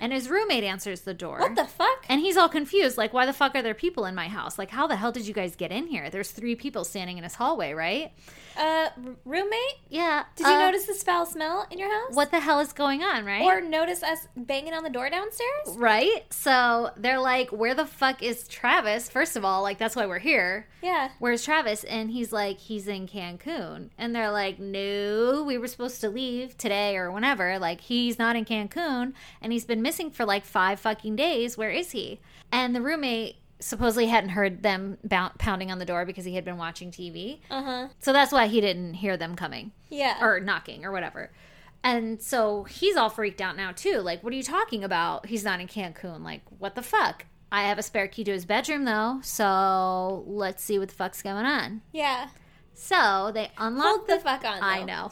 A: and his roommate answers the door.
B: What the fuck?
A: and he's all confused, like, why the fuck are there people in my house? Like, how the hell did you guys get in here? There's three people standing in his hallway, right?
B: Uh, r- roommate?
A: Yeah.
B: Did you
A: uh,
B: notice the foul smell in your house?
A: what the hell is going on, right?
B: Or notice us banging on the door downstairs?
A: right? So they're like, where the fuck is Travis? First of all, like, that's why we're here.
B: Yeah.
A: Where's Travis? And he's like, he's in Cancun. And they're like, no, we were supposed to leave today or whenever. Like, he's not in Cancun and he's been missing for like five fucking days. Where is he? And the roommate supposedly hadn't heard them bou- pounding on the door because he had been watching TV.
B: Uh huh.
A: So that's why he didn't hear them coming
B: Yeah.
A: or knocking or whatever. And so he's all freaked out now too. Like, what are you talking about? He's not in Cancun. Like, what the fuck? I have a spare key to his bedroom though, so let's see what the fuck's going on.
B: yeah.
A: So they unlock
B: Hold the fuck on.
A: I
B: though.
A: know.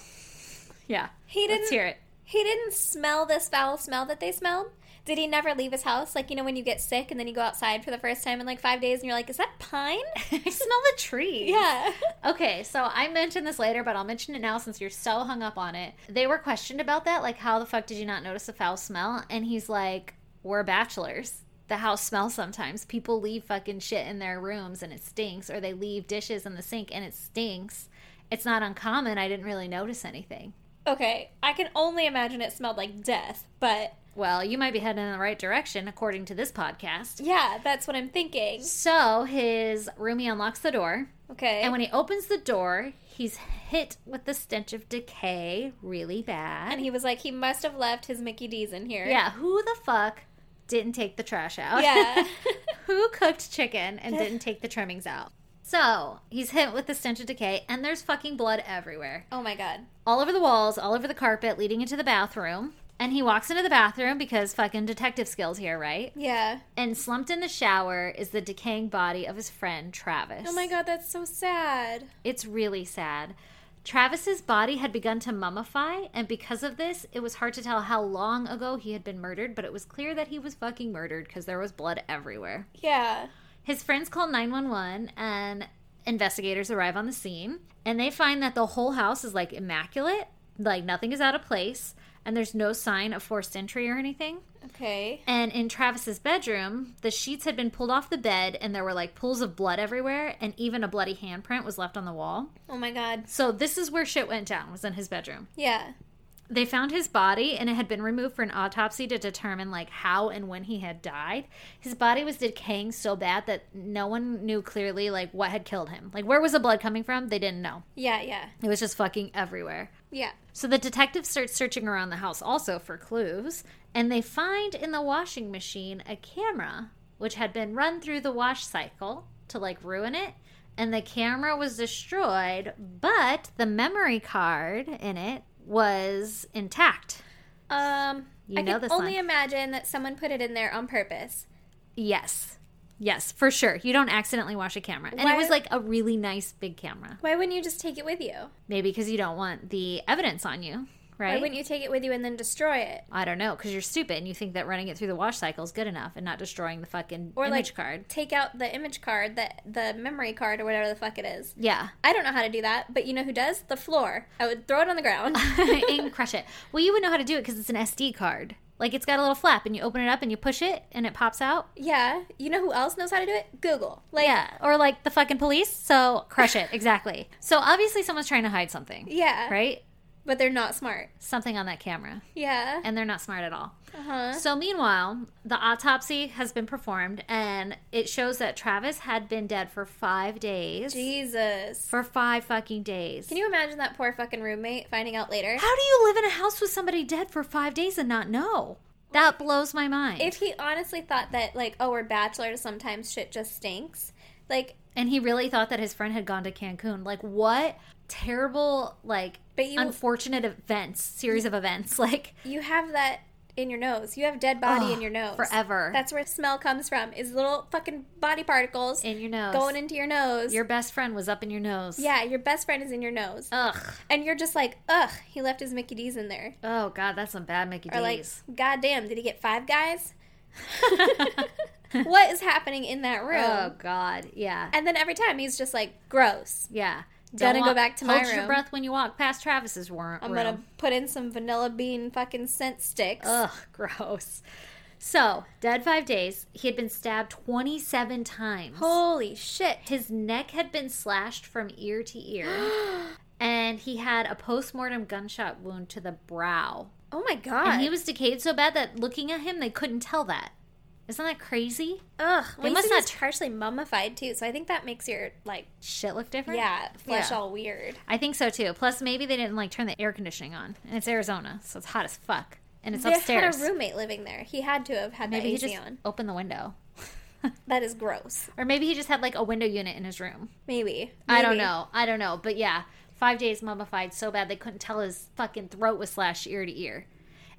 A: Yeah.
B: He
A: Let's
B: didn't.
A: hear it.
B: He didn't smell this foul smell that they smelled. Did he never leave his house? Like you know when you get sick and then you go outside for the first time in like five days and you're like, is that pine?
A: I smell the tree.
B: yeah.
A: Okay, so I mentioned this later, but I'll mention it now since you're so hung up on it. They were questioned about that, like, how the fuck did you not notice a foul smell? And he's like, We're bachelors. The house smells sometimes. People leave fucking shit in their rooms and it stinks, or they leave dishes in the sink and it stinks. It's not uncommon. I didn't really notice anything.
B: Okay. I can only imagine it smelled like death, but
A: Well, you might be heading in the right direction, according to this podcast.
B: yeah, that's what I'm thinking.
A: So his roomie unlocks the door.
B: Okay.
A: And when he opens the door, he's hit with the stench of decay really bad.
B: And he was like, he must have left his Mickey D's in here.
A: Yeah, who the fuck didn't take the trash out?
B: Yeah.
A: who cooked chicken and didn't take the trimmings out? So he's hit with the stench of decay, and there's fucking blood everywhere.
B: oh my god.
A: All over the walls, all over the carpet, leading into the bathroom. And he walks into the bathroom because fucking detective skills here, right?
B: Yeah.
A: And slumped in the shower is the decaying body of his friend, Travis.
B: Oh my god, that's so sad.
A: It's really sad. Travis's body had begun to mummify, and because of this, it was hard to tell how long ago he had been murdered, but it was clear that he was fucking murdered because there was blood everywhere.
B: Yeah.
A: His friends call 911, and investigators arrive on the scene, and they find that the whole house is like immaculate, like nothing is out of place, and there's no sign of forced entry or anything.
B: Okay.
A: And in Travis's bedroom, the sheets had been pulled off the bed, and there were like pools of blood everywhere, and even a bloody handprint was left on the wall.
B: Oh my god.
A: So this is where shit went down. Was in his bedroom.
B: Yeah.
A: They found his body and it had been removed for an autopsy to determine like how and when he had died. His body was decaying so bad that no one knew clearly like what had killed him. Like where was the blood coming from? They didn't know.
B: Yeah, yeah.
A: It was just fucking everywhere.
B: Yeah.
A: So the detectives start searching around the house also for clues, and they find in the washing machine a camera which had been run through the wash cycle to like ruin it, and the camera was destroyed, but the memory card in it was intact.
B: Um
A: You
B: I
A: know
B: can
A: this
B: only
A: line.
B: imagine that someone put it in there on purpose.
A: Yes. Yes, for sure. You don't accidentally wash a camera. And
B: Why-
A: it was like a really nice big camera.
B: Why wouldn't you just take it with you?
A: Maybe because you don't want the evidence on you,
B: Why
A: right?
B: wouldn't you take it with you and then destroy it?
A: I don't know, because you're stupid and you think that running it through the wash cycle is good enough and not destroying the fucking
B: Or,
A: image
B: like-
A: card.
B: Take out the image card, the the memory card or whatever the fuck it is.
A: Yeah.
B: I don't know how to do that, but you know who does? The floor. I would throw it on the ground.
A: and crush it. Well, you would know how to do it because it's an SD card. Like it's got a little flap and you open it up and you push it and it pops out.
B: yeah. You know who else knows how to do it? Google. Like
A: yeah. Or like the fucking police. So crush it. Exactly. So obviously someone's trying to hide something.
B: Yeah.
A: Right?
B: But they're not smart.
A: Something on that camera.
B: Yeah.
A: And they're not smart at all.
B: Uh-huh.
A: So, meanwhile, the autopsy has been performed and it shows that Travis had been dead for five days.
B: Jesus.
A: For five fucking days.
B: Can you imagine that poor fucking roommate finding out later?
A: How do you live in a house with somebody dead for five days and not know? That blows my mind.
B: If he honestly thought that, like, oh, we're bachelors, sometimes shit just stinks. Like,
A: and he really thought that his friend had gone to Cancun. Like, what terrible, like,
B: But you-
A: unfortunate events, series of events. Like,
B: you have that in your nose. You have dead body
A: Ugh,
B: in your nose.
A: forever.
B: That's where smell comes from, is little fucking body particles
A: in your nose.
B: going into your nose.
A: your best friend was up in your nose.
B: yeah, your best friend is in your nose.
A: Ugh.
B: and you're just like, ugh, he left his Mickey D's in there.
A: Oh, God, that's some bad Mickey
B: Or like,
A: D's.
B: God damn, did he get five guys? what is happening in that room?
A: oh, God. Yeah.
B: And then every time he's just like, gross.
A: Yeah.
B: Gotta go
A: walk-
B: back to my
A: Hold your
B: room.
A: breath when you walk past Travis's wor-
B: I'm
A: room.
B: gonna put in some vanilla bean fucking scent sticks.
A: Ugh, gross. So, dead five days. He had been stabbed 27 times.
B: Oh. Holy shit.
A: His neck had been slashed from ear to ear. and he had a postmortem gunshot wound to the brow.
B: Oh my god.
A: And he was decayed so bad that looking at him, they couldn't tell that. Isn't that crazy?
B: Ugh. They
A: must
B: must
A: not-
B: not partially mummified too, so I think that makes your like
A: Shit looked different.
B: yeah flesh
A: Yeah.
B: all weird.
A: I think so too. Plus, maybe they didn't like turn the air conditioning on, and it's Arizona, so it's hot as fuck, and it's
B: They
A: upstairs.
B: had a roommate living there. He had to have had
A: maybe he
B: the AC
A: just
B: on.
A: opened the window,
B: That is gross.
A: or maybe he just had like a window unit in his room.
B: Maybe.
A: I don't
B: Maybe.
A: know. I don't know. But yeah, five days mummified so bad they couldn't tell his fucking throat was slashed ear to ear.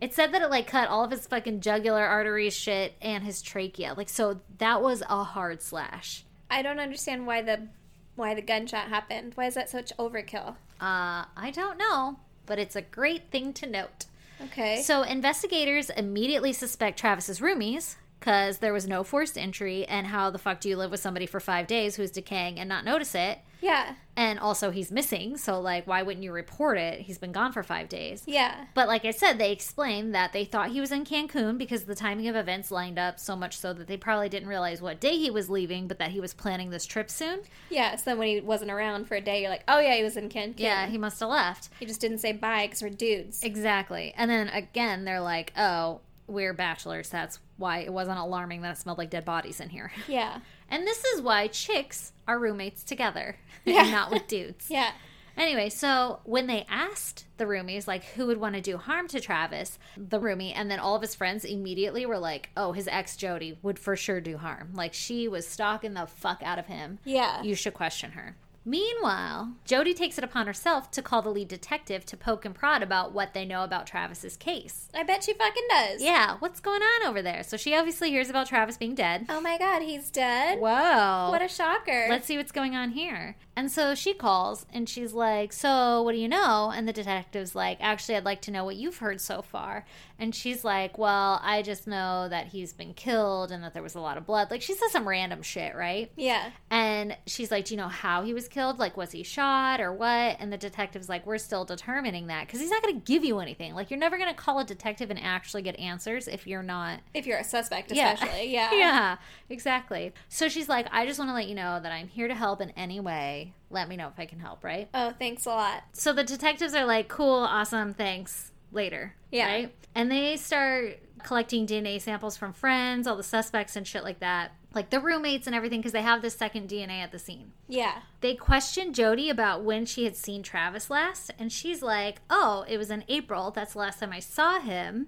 A: It said that it like cut all of his fucking jugular arteries, shit, and his trachea. Like so, that was a hard slash.
B: I don't understand why the why the gunshot happened. Why is that such overkill?
A: Uh, I don't know, but it's a great thing to note.
B: Okay.
A: So investigators immediately suspect Travis's roomies because there was no forced entry, and how the fuck do you live with somebody for five days who's decaying and not notice it?
B: yeah.
A: And also, he's missing, so like, why wouldn't you report it? He's been gone for five days.
B: Yeah.
A: But like I said, they explained that they thought he was in Cancun because the timing of events lined up so much so that they probably didn't realize what day he was leaving, but that he was planning this trip soon.
B: Yeah. So then when he wasn't around for a day, you're like, oh yeah, he was in Cancun.
A: Yeah, he must have left.
B: He just didn't say bye because we're dudes.
A: Exactly. And then again, they're like, oh, we're bachelors. That's why it wasn't alarming that it smelled like dead bodies in here.
B: Yeah.
A: And this is why chicks are roommates together and
B: Yeah.
A: not with dudes.
B: Yeah.
A: Anyway, so when they asked the roomies, like, who would want to do harm to Travis, the roomie, and then all of his friends immediately were like, oh, his ex Jody would for sure do harm. Like, she was stalking the fuck out of him.
B: Yeah.
A: You should question her. Meanwhile, Jody takes it upon herself to call the lead detective to poke and prod about what they know about Travis's case.
B: I bet she fucking does.
A: Yeah, what's going on over there? So she obviously hears about Travis being dead.
B: Oh my god, he's dead.
A: Whoa.
B: Uh, What a shocker.
A: Let's see what's going on here. And so she calls and she's like, So, what do you know? And the detective's like, Actually, I'd like to know what you've heard so far. And she's like, Well, I just know that he's been killed and that there was a lot of blood. Like, she says some random shit, right?
B: yeah.
A: And she's like, Do you know how he was killed? Like, was he shot or what? And the detective's like, We're still determining that because he's not going to give you anything. Like, you're never going to call a detective and actually get answers if you're not
B: If you're a suspect, especially. Yeah.
A: yeah, exactly. So she's like, I just want to let you know that I'm here to help in any way. Let me know if I can help, right?
B: Oh, thanks a lot.
A: So the detectives are like, cool, awesome, thanks, later.
B: Yeah.
A: Right? And they start collecting DNA samples from friends, all the suspects, and shit like that, like the roommates and everything, because they have this second DNA at the scene.
B: Yeah.
A: They questioned Jody about when she had seen Travis last, and she's like, "Oh, it was in April. That's the last time I saw him."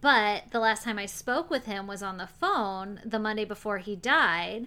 A: But the last time I spoke with him was on the phone the Monday before he died,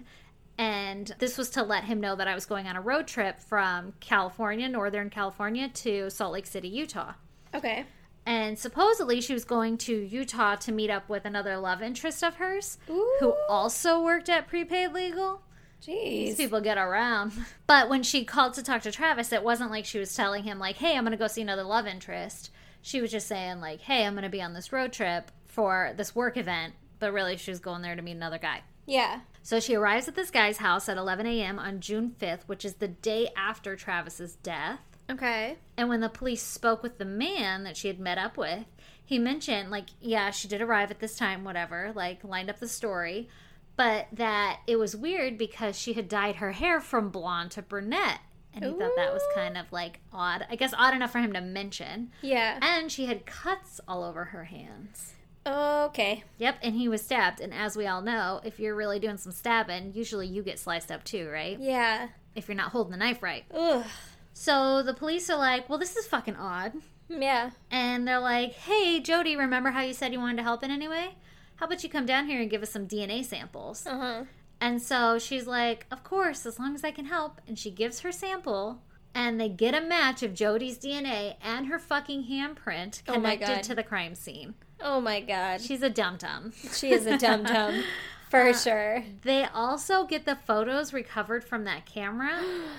A: and this was to let him know that I was going on a road trip from California, Northern California to Salt Lake City, Utah.
B: Okay.
A: And supposedly she was going to Utah to meet up with another love interest of hers who
B: Ooh.
A: also worked at Prepaid Legal. These
B: Jeez.
A: people get around. But when she called to talk to Travis, it wasn't like she was telling him like, "Hey, I'm going to go see another love interest." She was just saying like, "Hey, I'm going to be on this road trip for this work event," but really she was going there to meet another guy.
B: Yeah.
A: So she arrives at this guy's house at 11 a.m. on June 5th, which is the day after Travis's death.
B: Okay.
A: And when the police spoke with the man that she had met up with, he mentioned, like, yeah, she did arrive at this time, whatever, like, lined up the story, but that it was weird because she had dyed her hair from blonde to brunette. And he thought that was kind of like odd. I guess odd enough for him to mention.
B: Yeah.
A: And she had cuts all over her hands.
B: Okay.
A: Yep, and he was stabbed. And as we all know, if you're really doing some stabbing, usually you get sliced up too, right?
B: Yeah.
A: If you're not holding the knife right.
B: Ugh.
A: So the police are like, well, this is fucking odd.
B: Yeah.
A: and they're like, "Hey, Jody, remember how you said you wanted to help in any way? How about you come down here and give us some DNA samples?"
B: Uh huh.
A: And so she's like, "Of course, as long as I can help." And she gives her sample, and they get a match of Jody's DNA and her fucking handprint
B: Oh my
A: connected
B: God.
A: to the crime scene.
B: Oh my god.
A: She's a dum dum.
B: She is a dum dum. For
A: Uh,
B: sure.
A: They also get the photos recovered from that camera,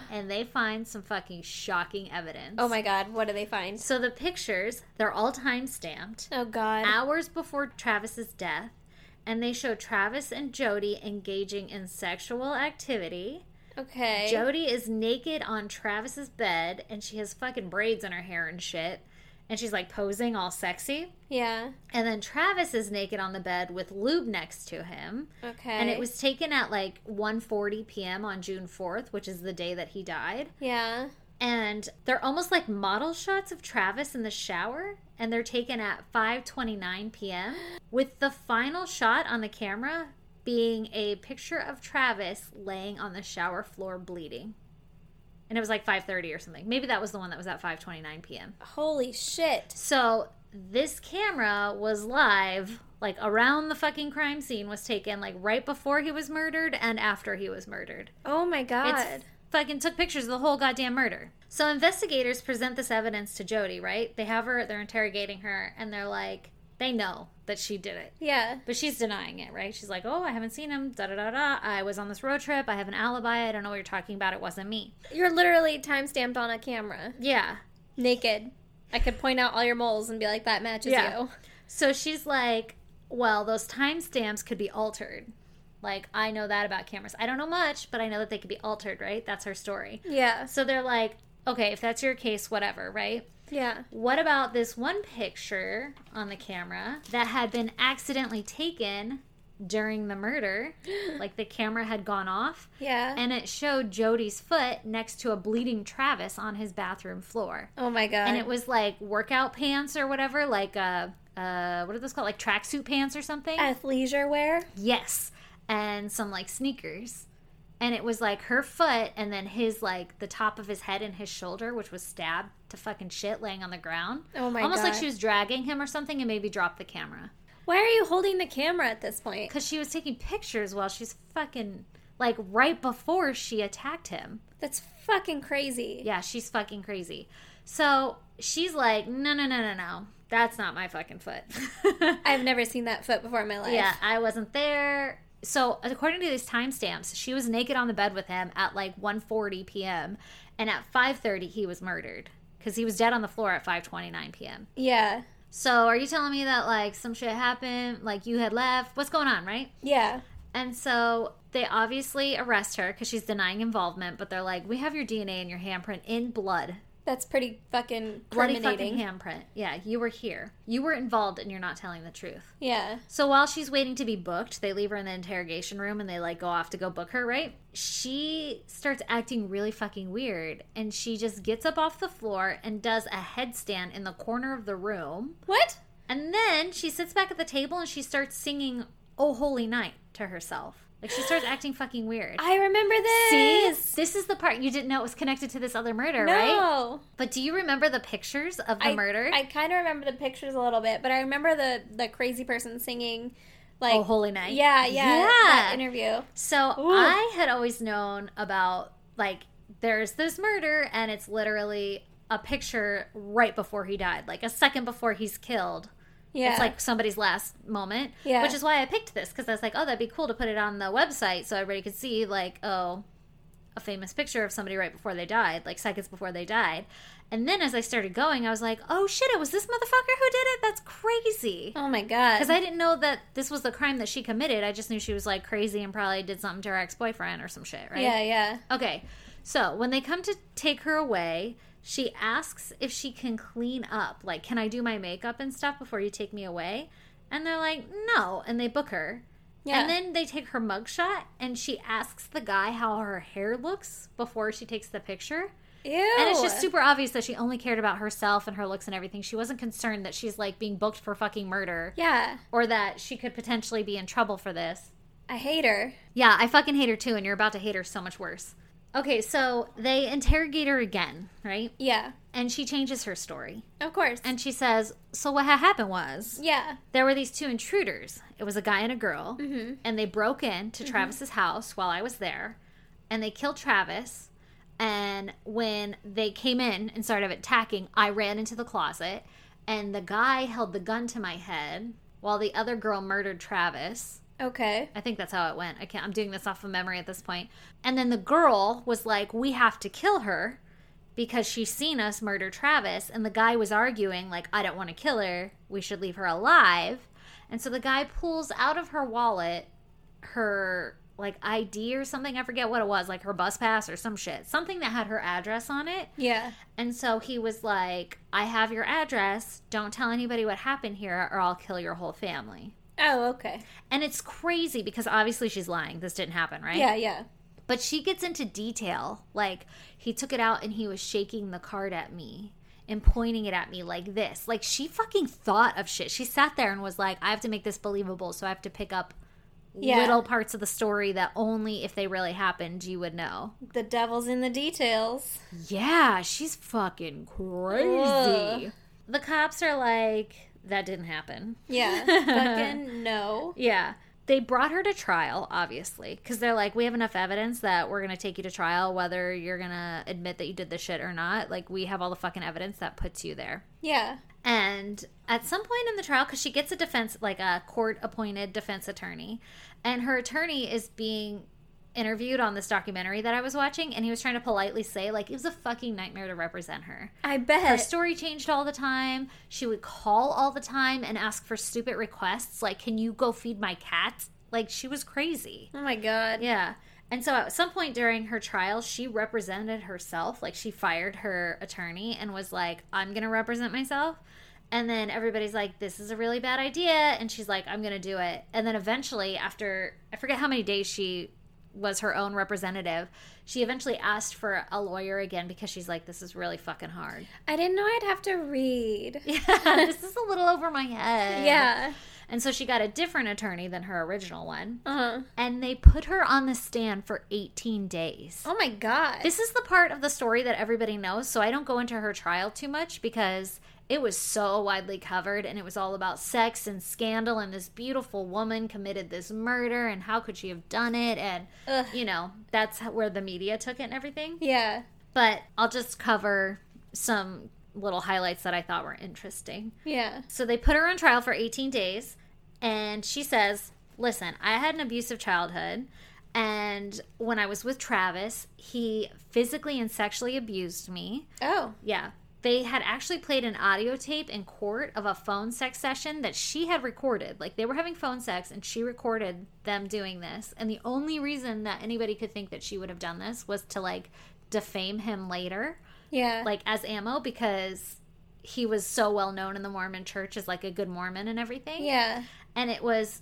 A: and they find some fucking shocking evidence.
B: Oh my god. What do they find?
A: So the pictures, they're all time stamped.
B: Oh god.
A: hours before Travis's death, and they show Travis and Jody engaging in sexual activity.
B: Okay.
A: Jody is naked on Travis's bed, and she has fucking braids in her hair and shit. And she's like posing all sexy.
B: yeah.
A: And then Travis is naked on the bed with lube next to him.
B: Okay.
A: And it was taken at like 1:40 p.m. on June 4th, which is the day that he died.
B: Yeah.
A: and they're almost like model shots of Travis in the shower and they're taken at 5:29 p.m. with the final shot on the camera being a picture of Travis laying on the shower floor bleeding. And it was like 5:30 or something. Maybe that was the one that was at 5:29 p.m.
B: Holy shit.
A: So this camera was live, like around the fucking crime scene was taken, like right before he was murdered and after he was murdered.
B: Oh my god.
A: It's fucking took pictures of the whole goddamn murder. So investigators present this evidence to Jody, right? They have her, they're interrogating her, and they're like, they know that she did it.
B: yeah.
A: But she's denying it, right? She's like, oh, I haven't seen him, da da da da. I was on this road trip. I have an alibi. I don't know what you're talking about. It wasn't me.
B: You're literally time stamped on a camera.
A: Yeah.
B: Naked. I could point out all your moles and be like, that matches
A: Yeah.
B: you.
A: So she's like, well, those timestamps could be altered. Like, I know that about cameras. I don't know much, but I know that they could be altered, right? That's her story.
B: Yeah.
A: So they're like, okay, if that's your case, whatever, right?
B: Yeah.
A: What about this one picture on the camera that had been accidentally taken during the murder? Like the camera had gone off
B: Yeah.
A: and it showed Jody's foot next to a bleeding Travis on his bathroom floor.
B: oh my god.
A: And it was like workout pants or whatever, like uh uh what are those called? Like tracksuit pants or something?
B: athleisure wear.
A: Yes. And some like sneakers. And it was like her foot and then his like the top of his head and his shoulder, which was stabbed to fucking shit laying on the ground.
B: Oh my
A: Almost like
B: God.
A: she was dragging him or something and maybe dropped the camera.
B: Why are you holding the camera at this point?
A: Because she was taking pictures while she's fucking like right before she attacked him.
B: That's fucking crazy.
A: Yeah, she's fucking crazy. So she's like, no, no, no, no, no. That's not my fucking foot.
B: I've never seen that foot before in my life.
A: yeah, I wasn't there. So according to these timestamps, she was naked on the bed with him at like 1:40 p.m. and at 5:30 he was murdered because he was dead on the floor at 5:29 p.m.
B: Yeah.
A: So are you telling me that like some shit happened, like you had left? What's going on, right?
B: Yeah.
A: And so they obviously arrest her because she's denying involvement, but they're like, "We have your DNA and your handprint in blood
B: That's pretty fucking
A: bloody fucking
B: incriminating.
A: handprint. Yeah, you were here. You were involved, and you're not telling the truth.
B: Yeah.
A: So while she's waiting to be booked, they leave her in the interrogation room, and they like go off to go book her. Right? She starts acting really fucking weird, and she just gets up off the floor and does a headstand in the corner of the room,
B: What?
A: and then she sits back at the table and she starts singing "Oh Holy Night" to herself. Like she starts acting fucking weird.
B: I remember
A: See,
B: this.
A: this is the part you didn't know it was connected to this other murder, right?
B: No.
A: But do you remember the pictures of the
B: I,
A: murder?
B: I kind of remember the pictures a little bit, but I remember the the crazy person singing, like
A: oh, Holy Night.
B: Yeah, yeah,
A: Yeah.
B: that interview.
A: So
B: Ooh.
A: I had always known about like there's this murder and it's literally a picture right before he died, like a second before he's killed.
B: Yeah,
A: It's like somebody's last moment.
B: Yeah.
A: Which is why I picked this because I was like, oh, that'd be cool to put it on the website so everybody could see, like, oh, a famous picture of somebody right before they died, like seconds before they died. And then as I started going, I was like, oh shit, it was this motherfucker who did it? That's crazy.
B: oh my god,
A: Because I didn't know that this was the crime that she committed. I just knew she was like crazy and probably did something to her ex boyfriend or some shit, right?
B: yeah, yeah,
A: Okay. So when they come to take her away, she asks if she can clean up. Like, can I do my makeup and stuff before you take me away? And they're like, no. And they book her.
B: yeah.
A: And then they take her mugshot and she asks the guy how her hair looks before she takes the picture.
B: Ew.
A: And it's just super obvious that she only cared about herself and her looks and everything. She wasn't concerned that she's like being booked for fucking murder
B: Yeah,
A: or that she could potentially be in trouble for this.
B: I hate her.
A: Yeah, I fucking hate her too, and you're about to hate her so much worse. Okay, so they interrogate her again, right?
B: Yeah,
A: And she changes her story.
B: of course.
A: And she says, So what had happened was
B: yeah,
A: there were these two intruders. It was a guy and a girl, and they broke into Travis's house while I was there, and they killed Travis. And when they came in and started attacking, I ran into the closet, and the guy held the gun to my head while the other girl murdered Travis.
B: okay.
A: I think that's how it went. I can't. I'm doing this off of memory at this point. And then the girl was like, "We have to kill her because she's seen us murder Travis." And the guy was arguing like, "I don't want to kill her. We should leave her alive." And so the guy pulls out of her wallet her like ID or something. I forget what it was, like her bus pass or some shit, something that had her address on it.
B: Yeah,
A: And so he was like, "I have your address. Don't tell anybody what happened here, or I'll kill your whole family."
B: oh, okay.
A: And it's crazy because obviously she's lying. This didn't happen, right?
B: Yeah, yeah,
A: But she gets into detail. Like, he took it out and he was shaking the card at me and pointing it at me like this. Like, she fucking thought of shit. She sat there and was like, I have to make this believable. So I have to pick up
B: Yeah.
A: little parts of the story that only if they really happened, you would know.
B: The devil's in the details.
A: Yeah, she's fucking crazy.
B: Ugh.
A: The cops are like, that didn't happen.
B: Yeah. Fucking no.
A: Yeah. They brought her to trial, obviously, because they're like, we have enough evidence that we're going to take you to trial, whether you're going to admit that you did this shit or not. Like, we have all the fucking evidence that puts you there.
B: Yeah.
A: And at some point in the trial, because she gets a defense, like a court appointed defense attorney, and her attorney is being interviewed on this documentary that I was watching, and he was trying to politely say, like, it was a fucking nightmare to represent her.
B: I
A: Her
B: bet.
A: story changed all the time. She would call all the time and ask for stupid requests, like, can you go feed my cat? Like, she was crazy.
B: Oh my god.
A: Yeah. And so at some point during her trial, she represented herself. Like she fired her attorney and was like, I'm going to represent myself. And then everybody's like, this is a really bad idea. And she's like, I'm going to do it. And then eventually, after I forget how many days she was her own representative, she eventually asked for a lawyer again because she's like, this is really fucking hard.
B: I didn't know I'd have to read.
A: Yeah, this is a little over my head.
B: Yeah.
A: And so she got a different attorney than her original one.
B: Uh-huh.
A: And they put her on the stand for 18 days.
B: Oh my god.
A: This is the part of the story that everybody knows, so I don't go into her trial too much because it was so widely covered and it was all about sex and scandal and this beautiful woman committed this murder and how could she have done it and
B: Ugh.
A: you know, that's how- where the media took it and everything.
B: Yeah.
A: But I'll just cover some little highlights that I thought were interesting.
B: Yeah.
A: So they put her on trial for 18 days, and she says, Listen, I had an abusive childhood, and when I was with Travis, he physically and sexually abused me.
B: Oh.
A: Yeah. They had actually played an audio tape in court of a phone sex session that she had recorded. Like they were having phone sex and she recorded them doing this. And the only reason that anybody could think that she would have done this was to like defame him later
B: Yeah.
A: like as ammo because he was so well known in the Mormon church as like a good Mormon and everything.
B: yeah.
A: And it was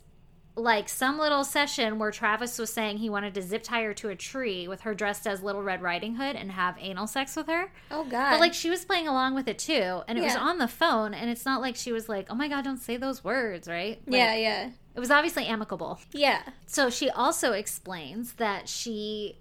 A: like some little session where Travis was saying he wanted to zip tie her to a tree with her dressed as Little Red Riding Hood and have anal sex with her.
B: Oh god.
A: But like she was playing along with it too, and it was
B: Yeah.
A: on the phone, and it's not like she was like, "Oh my god, don't say those words," right? Like,
B: yeah, yeah.
A: It was obviously amicable.
B: Yeah.
A: So she also explains that she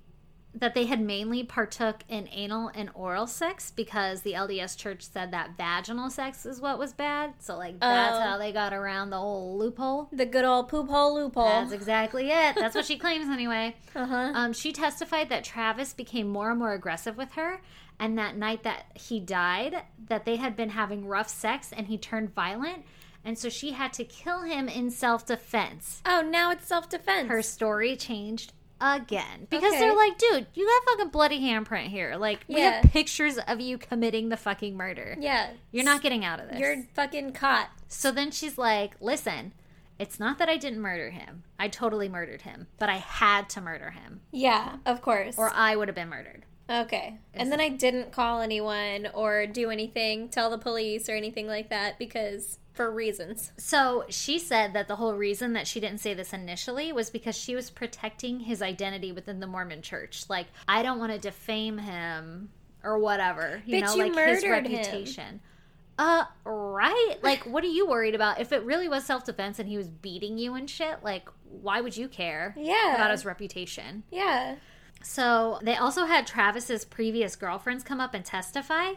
A: that they had mainly partook in anal and oral sex because the LDS church said that vaginal sex is what was bad. So like that's
B: Oh.
A: how they got around the whole loophole.
B: The good old poop hole loophole.
A: That's exactly it. That's what she claims anyway.
B: uh-huh.
A: Um, she testified that Travis became more and more aggressive with her, and that night that he died, that they had been having rough sex, and he turned violent, and so she had to kill him in self defense
B: Oh, now it's self-defense.
A: her story changed again because
B: Okay.
A: they're like, dude, you got fucking bloody handprint here. Like, we
B: Yeah.
A: have pictures of you committing the fucking murder.
B: yeah.
A: You're not getting out of this.
B: You're fucking caught.
A: So then she's like, listen, it's not that I didn't murder him. I totally murdered him, but I had to murder him
B: Yeah, of course.
A: or I would have been murdered.
B: okay. And then I didn't call anyone or do anything, tell the police or anything like that because for reasons.
A: So she said that the whole reason that she didn't say this initially was because she was protecting his identity within the Mormon church. Like, I don't want to defame him or whatever. You
B: Bitch,
A: know,
B: you
A: like his
B: murdered him.
A: reputation. Uh, right? Like, what are you worried about? If it really was self defense and he was beating you and shit, like, why would you care
B: Yeah.
A: about his reputation?
B: Yeah.
A: So they also had Travis's previous girlfriends come up and testify.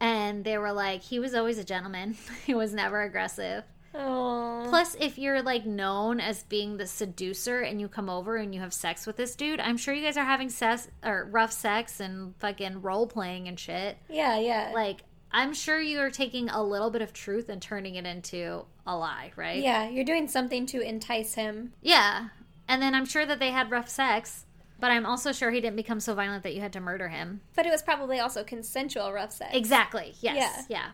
A: And they were like, he was always a gentleman. he was never aggressive.
B: Oh.
A: Plus, if you're like known as being the seducer and you come over and you have sex with this dude, I'm sure you guys are having sex or rough sex and fucking role playing and shit.
B: yeah, yeah.
A: Like, I'm sure you are taking a little bit of truth and turning it into a lie, right?
B: yeah, you're doing something to entice him.
A: Yeah. And then I'm sure that they had rough sex, but I'm also sure he didn't become so violent that you had to murder him.
B: But it was probably also consensual rough sex.
A: Exactly. Yes. Yeah.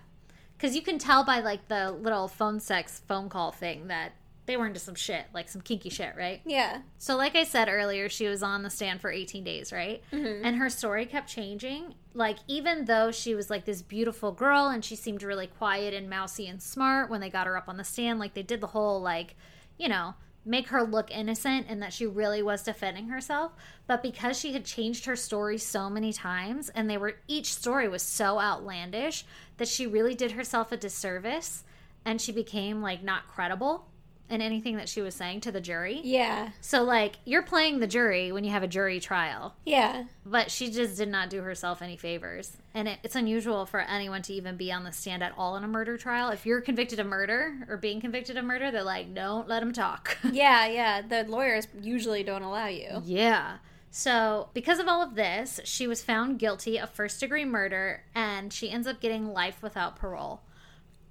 A: Because you can tell by like the little phone sex phone call thing that they were into some shit, like some kinky shit, right?
B: yeah.
A: So, like I said earlier, she was on the stand for 18 days, right? And her story kept changing. Like, even though she was like this beautiful girl and she seemed really quiet and mousy and smart when they got her up on the stand, like they did the whole, like, you know, make her look innocent and that she really was defending herself. But because she had changed her story so many times and they were each story was so outlandish that she really did herself a disservice and she became like not credible in anything that she was saying to the jury.
B: Yeah.
A: So like you're playing the jury when you have a jury trial,
B: Yeah.
A: but she just did not do herself any favors. And it, it's unusual for anyone to even be on the stand at all in a murder trial. If you're convicted of murder or being convicted of murder, they're like, "Don't let them talk."
B: Yeah, yeah. The lawyers usually don't allow
A: Mm-hmm.
B: you.
A: Yeah. So, because of all of this, she was found guilty of first degree murder and she ends up getting life without parole.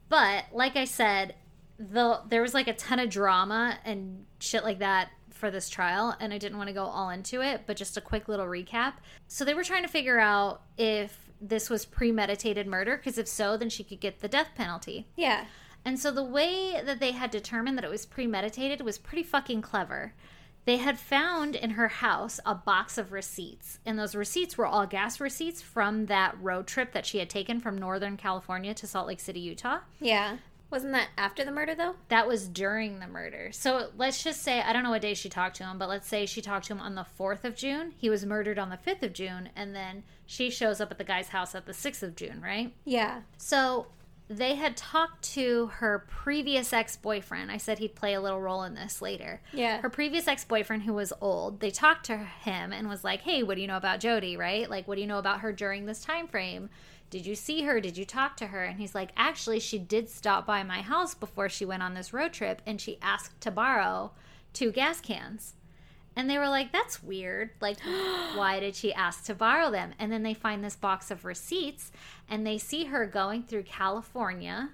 A: But, like I said, the, there was like a ton of drama and shit like that for this trial, and I didn't want to go all into it, but just a quick little recap. So, they were trying to figure out if this was premeditated murder, because if so, then she could get the death penalty.
B: Yeah.
A: And so the way that they had determined that it was premeditated was pretty fucking clever. They had found in her house a box of receipts, and those receipts were all gas receipts from that road trip that she had taken from Northern California to Salt Lake City, Utah.
B: Yeah. Wasn't that after the murder though?
A: That was during the murder. So let's just say, I don't know what day she talked to him, but let's say she talked to him on the 4th of June. He was murdered on the 5th of June, and then she shows up at the guy's house at the 6th of June, right?
B: Yeah.
A: So they had talked to her previous ex boyfriend. I said he'd play a little role in this later.
B: Yeah.
A: Her previous ex boyfriend, who was old, they talked to him and was like, hey, what do you know about Jody, right? Like, what do you know about her during this time frame? Did you see her? Did you talk to her? And he's like, actually, she did stop by my house before she went on this road trip and she asked to borrow two gas cans. And they were like, that's weird. Like, why did she ask to borrow them? And then they find this box of receipts and they see her going through California,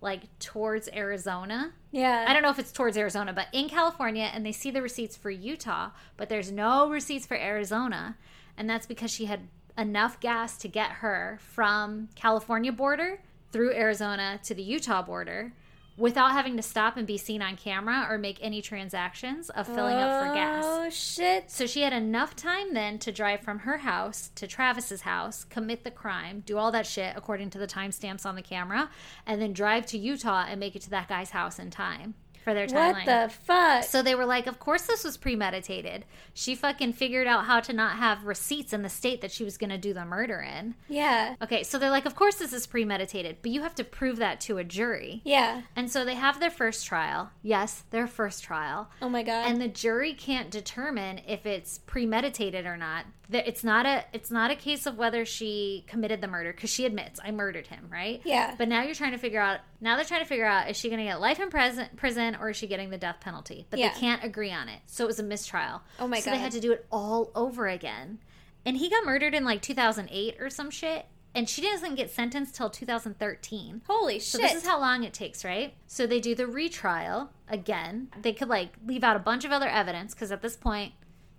A: like towards Arizona.
B: Yeah.
A: I don't know if it's towards Arizona, but in California, and they see the receipts for Utah, but there's no receipts for Arizona. And that's because she had enough gas to get her from California border through Arizona to the Utah border without having to stop and be seen on camera or make any transactions of filling up for gas.
B: Oh shit.
A: So she had enough time then to drive from her house to Travis's house, commit the crime, do all that shit according to the timestamps on the camera, and then drive to Utah and make it to that guy's house in time for their
B: What
A: timeline.
B: the fuck?
A: so they were like, of course this was premeditated. She fucking figured out how to not have receipts in the state that she was going to do the murder in.
B: Yeah.
A: Okay, so they're like, of course this is premeditated, but you have to prove that to a jury.
B: Yeah.
A: And so they have their first trial. Yes, their first trial
B: Oh my god.
A: and the jury can't determine if it's premeditated or not. Th- It's not a it's not a case of whether she committed the murder because she admits I murdered him, right?
B: Yeah.
A: But now you're trying to figure out now they're trying to figure out is she going to get life in prison prison or is she getting the death penalty? But
B: Yeah.
A: they can't agree on it, so it was a mistrial.
B: Oh my
A: so
B: God.
A: they had to do it all over again, and he got murdered in like 2008 or some shit, and she doesn't get sentenced till 2013.
B: Holy
A: So
B: shit.
A: this is how long it takes, right? So they do the retrial again. They could like leave out a bunch of other evidence because at this point,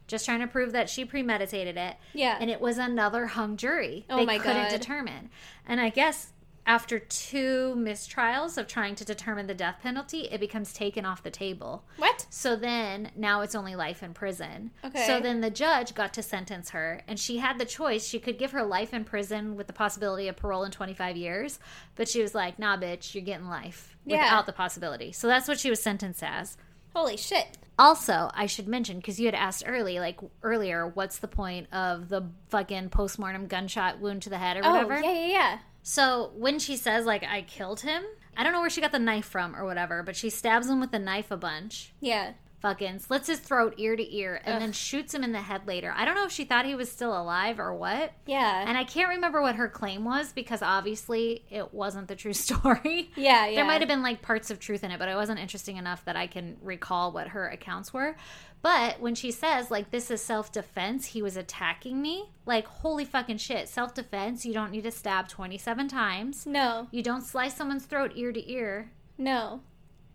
A: just trying to prove that she premeditated it.
B: Yeah.
A: And it was another hung jury.
B: Oh
A: they
B: my
A: couldn't
B: God.
A: determine. And I guess after two mistrials of trying to determine the death penalty, it becomes taken off the table.
B: what?
A: So then now it's only life in prison.
B: Okay.
A: So then the judge got to sentence her, and she had the choice. She could give her life in prison with the possibility of parole in 25 years, but she was like, nah, bitch, you're getting life
B: Yeah.
A: without the possibility. So that's what she was sentenced as.
B: Holy shit.
A: Also, I should mention because you had asked early, like earlier, what's the point of the fucking postmortem gunshot wound to the head or
B: Oh
A: whatever?
B: yeah yeah yeah.
A: So when she says like I killed him, I don't know where she got the knife from or whatever, but she stabs him with the knife a bunch
B: Yeah.
A: fucking slits his throat ear to ear and then shoots him in the head later. I don't know if she thought he was still alive or what.
B: Yeah.
A: And I can't remember what her claim was because obviously it wasn't the true story.
B: yeah, yeah.
A: There might have been like parts of truth in it, but it wasn't interesting enough that I can recall what her accounts were. But when she says, like, this is self defense, he was attacking me, like, holy fucking shit. Self defense, you don't need to stab 27 times.
B: No.
A: You don't slice someone's throat ear to ear.
B: No.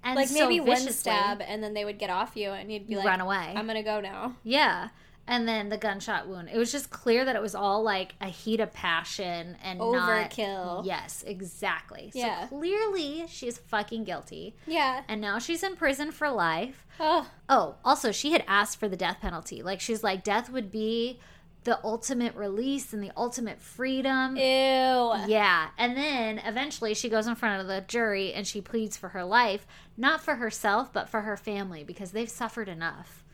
A: And
B: like
A: so
B: maybe one
A: viciously-
B: stab and then they would get off you and you'd be like
A: Run away.
B: I'm gonna go now.
A: Yeah. And then the gunshot wound. It was just clear that it was all like a heat of passion and not-
B: Overkill.
A: yes, exactly.
B: Yeah.
A: So clearly she's fucking guilty.
B: Yeah.
A: And now she's in prison for life.
B: Oh
A: Oh, also, she had asked for the death penalty. Like, she's like, death would be the ultimate release and the ultimate freedom.
B: Ew. Yeah.
A: Yeah. And then eventually she goes in front of the jury and she pleads for her life, not for herself, but for her family because they've suffered enough.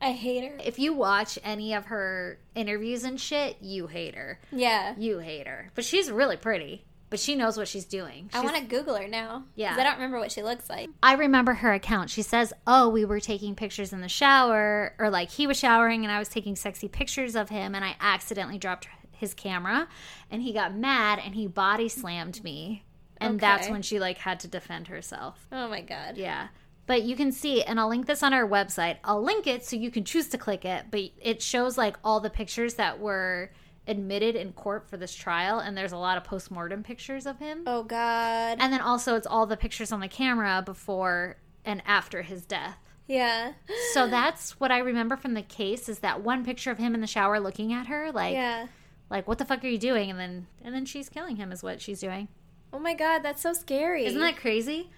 B: I hate her.
A: If you watch any of her interviews and shit, you hate her.
B: Yeah.
A: You hate her. But she's really pretty. But she knows what she's doing.
B: I
A: She's-
B: want to Google her now. 'cause
A: Yeah.
B: I don't remember what she looks like.
A: I remember her account. She says, "Oh, we were taking pictures in the shower, or like he was showering and I was taking sexy pictures of him, and I accidentally dropped his camera, and he got mad and he body slammed me, and that's
B: Okay.
A: when she like had to defend herself.
B: Oh my god.
A: Yeah." But you can see, and I'll link this on our website. I'll link it so you can choose to click it. But it shows like all the pictures that were admitted in court for this trial, and there's a lot of postmortem pictures of him.
B: Oh god.
A: And then also, it's all the pictures on the camera before and after his death.
B: yeah.
A: So that's what I remember from the case is that one picture of him in the shower looking at her, like,
B: Yeah.
A: like what the fuck are you doing? And then, and then she's killing him is what she's doing.
B: Oh my god, that's so scary.
A: Isn't that crazy?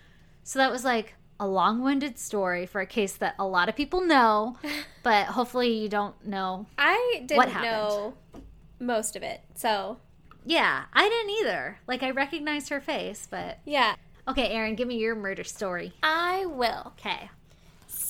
A: So that was like a long-winded story for a case that a lot of people know, but hopefully you don't know.
B: I didn't
A: What happened?
B: know most of it. So,
A: Yeah, I didn't either. Like I recognized her face, but
B: yeah.
A: okay, Aaron, give me your murder story.
B: I will.
A: Okay.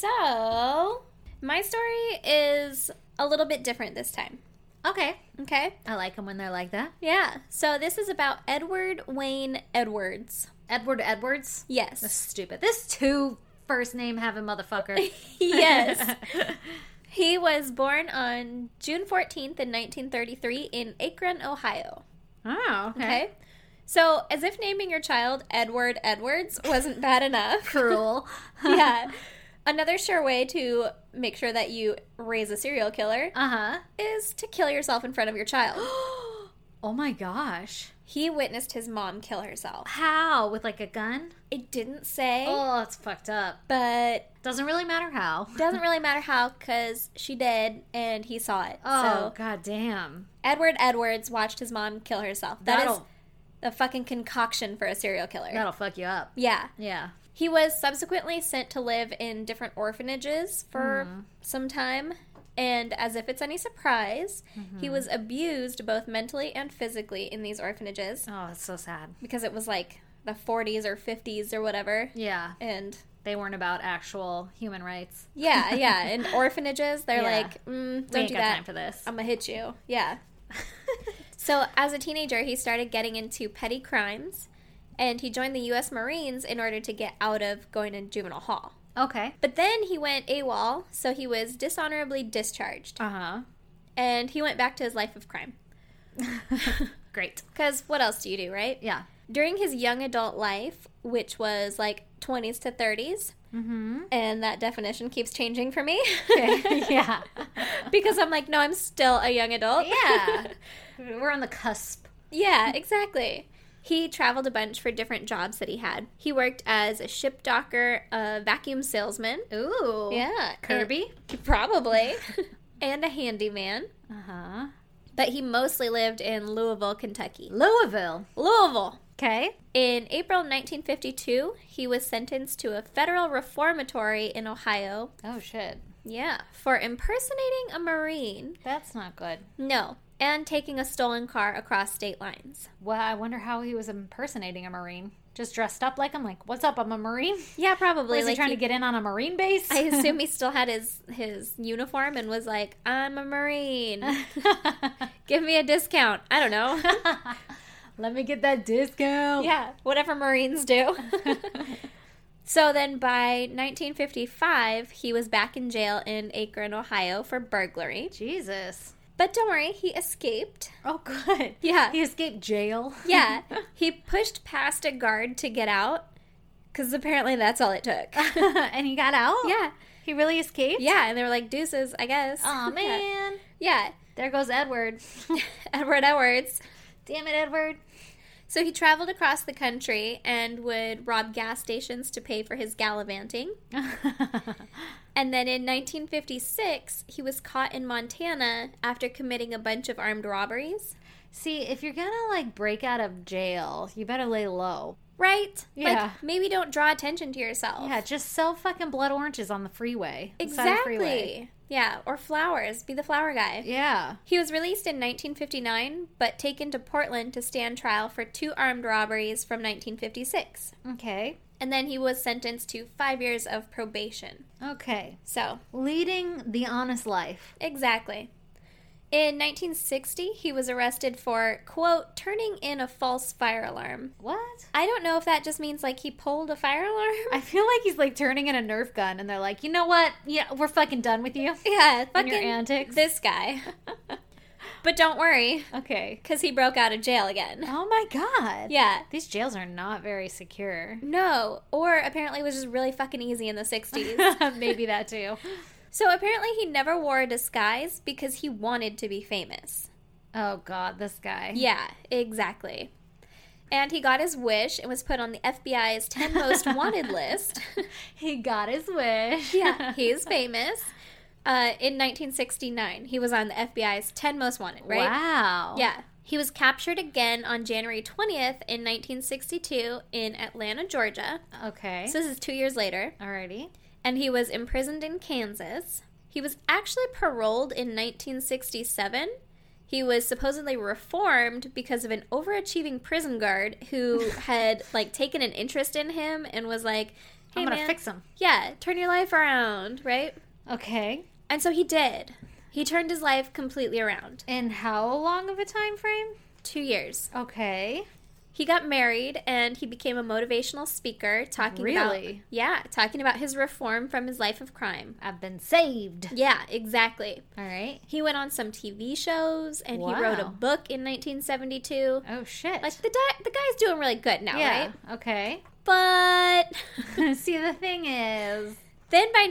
B: So, my story is a little bit different this time.
A: Okay.
B: Okay?
A: I like them when they're like that.
B: Yeah. So, this is about Edward Wayne Edwards.
A: Edward Edwards. That's
B: Yes.
A: stupid. This two first name having motherfucker.
B: yes. He was born on June 14th in 1933 in Akron, Ohio.
A: oh, okay.
B: Okay? So, as if naming your child Edward Edwards wasn't bad enough.
A: Cruel.
B: yeah. Another sure way to make sure that you raise a serial killer
A: Uh huh.
B: is to kill yourself in front of your child.
A: Oh my gosh.
B: he witnessed his mom kill herself.
A: How? With like a gun?
B: It didn't say,
A: Oh, it's fucked up.
B: but
A: Doesn't really matter how.
B: doesn't really matter how because she did and he saw it.
A: Oh,
B: So
A: god damn.
B: Edward Edwards watched his mom kill herself. That
A: That'll
B: is a fucking concoction for a serial killer.
A: that'll fuck you up.
B: Yeah.
A: Yeah.
B: He was subsequently sent to live in different orphanages for
A: Mm-hmm.
B: some time, and as if it's any surprise,
A: Mm-hmm.
B: he was abused both mentally and physically in these orphanages
A: Oh, it's so sad.
B: because it was like the 40s or 50s or whatever.
A: Yeah.
B: And
A: They weren't about actual human rights.
B: yeah, yeah, in orphanages, they're
A: Yeah.
B: like, mm,
A: We
B: don't
A: ain't
B: do
A: got time
B: that.
A: for this.
B: I'm gonna hit you. Yeah. So, as a teenager, he started getting into petty crimes, and he joined the U.S. Marines in order to get out of going to juvenile hall.
A: okay.
B: But then he went AWOL, so he was dishonorably discharged.
A: Uh huh.
B: And he went back to his life of crime.
A: Great.
B: Because what else do you do, right?
A: Yeah.
B: During his young adult life, which was like 20s to 30s,
A: Mm-hmm.
B: and that definition keeps changing for me
A: yeah.
B: because I'm like, no, I'm still a young adult.
A: Yeah. We're on the cusp.
B: yeah, exactly. He traveled a bunch for different jobs that he had. He worked as a ship docker, a vacuum salesman.
A: Ooh.
B: Yeah.
A: Kirby?
B: and- probably. and a handyman.
A: Uh huh.
B: but he mostly lived in Louisville, Kentucky.
A: Louisville.
B: Louisville.
A: Okay.
B: In April 1952, he was sentenced to a federal reformatory in Ohio.
A: Oh shit.
B: Yeah, for impersonating a Marine.
A: That's not good.
B: No, and taking a stolen car across state lines.
A: Well, I wonder how he was impersonating a Marine. Just dressed up like I'm like, what's up? I'm a Marine.
B: Yeah, probably.
A: Was he
B: like
A: trying
B: he-
A: to get in on a Marine base?
B: I assume he still had his his uniform and was like, "I'm a Marine. Give me a discount." I don't know.
A: Let me get that discount.
B: Yeah, whatever Marines do. so then by 1955, he was back in jail in Akron, Ohio for burglary.
A: Jesus.
B: But don't worry, he escaped.
A: Oh, good.
B: Yeah.
A: He escaped jail.
B: Yeah, he pushed past a guard to get out because apparently that's all it took.
A: and he got out?
B: yeah,
A: He really escaped?
B: yeah, and they were like, deuces, I guess.
A: Aw, man.
B: Yeah,
A: There goes Edward.
B: Edward Edwards.
A: Damn it, Edward.
B: So he traveled across the country and would rob gas stations to pay for his gallivanting. And then in 1956, he was caught in Montana after committing a bunch of armed robberies.
A: See, if you're gonna like break out of jail, you better lay low.
B: Right?
A: Yeah.
B: Like, maybe don't draw attention to yourself.
A: Yeah, just sell fucking blood oranges on the freeway. inside a freeway.
B: exactly. Yeah, or flowers. Be the flower guy.
A: Yeah.
B: He was released in 1959, but taken to Portland to stand trial for two armed robberies from 1956.
A: Okay.
B: And then he was sentenced to five years of probation.
A: Okay.
B: So,
A: Leading the honest life.
B: exactly. In 1960, he was arrested for, quote, turning in a false fire alarm.
A: What?
B: I don't know if that just means like he pulled a fire alarm.
A: I feel like he's like turning in a Nerf gun, and they're like, you know what? Yeah, we're fucking done with you.
B: yeah,
A: And
B: fucking
A: your antics.
B: this guy. but don't worry,
A: okay.
B: because he broke out of jail again.
A: Oh my god.
B: Yeah.
A: These jails are not very secure.
B: No, or apparently it was just really fucking easy in the 60s.
A: Maybe that too.
B: so apparently he never wore a disguise because he wanted to be famous.
A: Oh god, this guy.
B: Yeah, exactly. And he got his wish and was put on the FBI's 10 most wanted list.
A: He got his wish.
B: yeah, he is famous. Uh, in 1969, he was on the FBI's 10 most wanted, right?
A: Wow.
B: Yeah. He was captured again on January 20th in 1962 in Atlanta, Georgia.
A: Okay.
B: So this is 2 years later.
A: Alrighty.
B: and he was imprisoned in Kansas. He was actually paroled in 1967. He was supposedly reformed because of an overachieving prison guard who had like taken an interest in him and was like, "Hey
A: I'm gonna
B: man,
A: fix him.
B: yeah, turn your life around, right?"
A: Okay.
B: And so he did. He turned his life completely around.
A: In how long of a time frame?
B: 2 years.
A: Okay.
B: He got married and he became a motivational speaker talking about
A: Really?
B: Yeah, talking about his reform from his life of crime.
A: I've been saved.
B: Yeah, exactly.
A: All right.
B: He went on some TV shows and he wrote a
A: Wow.
B: book in 1972.
A: Oh shit.
B: Like the di- the guy's doing really good now,
A: yeah. Okay.
B: right? But
A: See, the thing is,
B: then by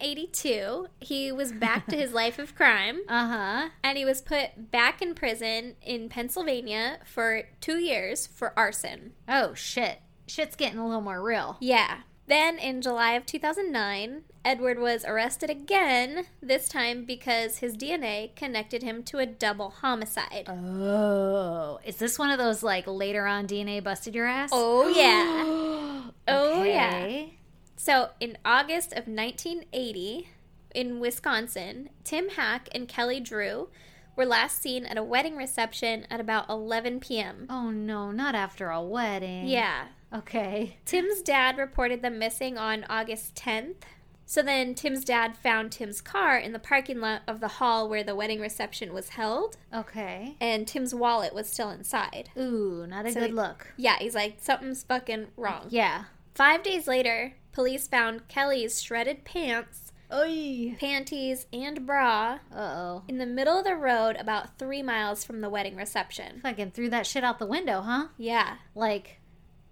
B: 1982, he was back to his life of crime
A: uh huh.
B: and he was put back in prison in Pennsylvania for 2 years for arson.
A: Oh shit. Shit's getting a little more real.
B: Yeah. Then in July of 2009, Edward was arrested again, this time because his DNA connected him to a double homicide.
A: Uh, Oh, is this one of those like later on DNA busted your ass?
B: Oh, yeah. Oh,
A: Okay.
B: So, in August of 1980, in Wisconsin, Tim Hack and Kelly Drew were last seen at a wedding reception at about 11 p.m.
A: Oh no, not after a wedding.
B: Yeah.
A: Okay.
B: Tim's dad reported them missing on August 10th. So then Tim's dad found Tim's car in the parking lot of the hall where the wedding reception was held,
A: Okay.
B: and Tim's wallet was still inside.
A: Ooh, not a
B: So
A: good
B: he-
A: look.
B: Yeah, he's like, something's fucking wrong.
A: Yeah.
B: Five days later, police found Kelly's shredded pants,
A: Oy.
B: panties, and bra
A: Uh oh.
B: in the middle of the road about three miles from the wedding reception.
A: Fucking threw that shit out the window, huh?
B: Yeah,
A: Like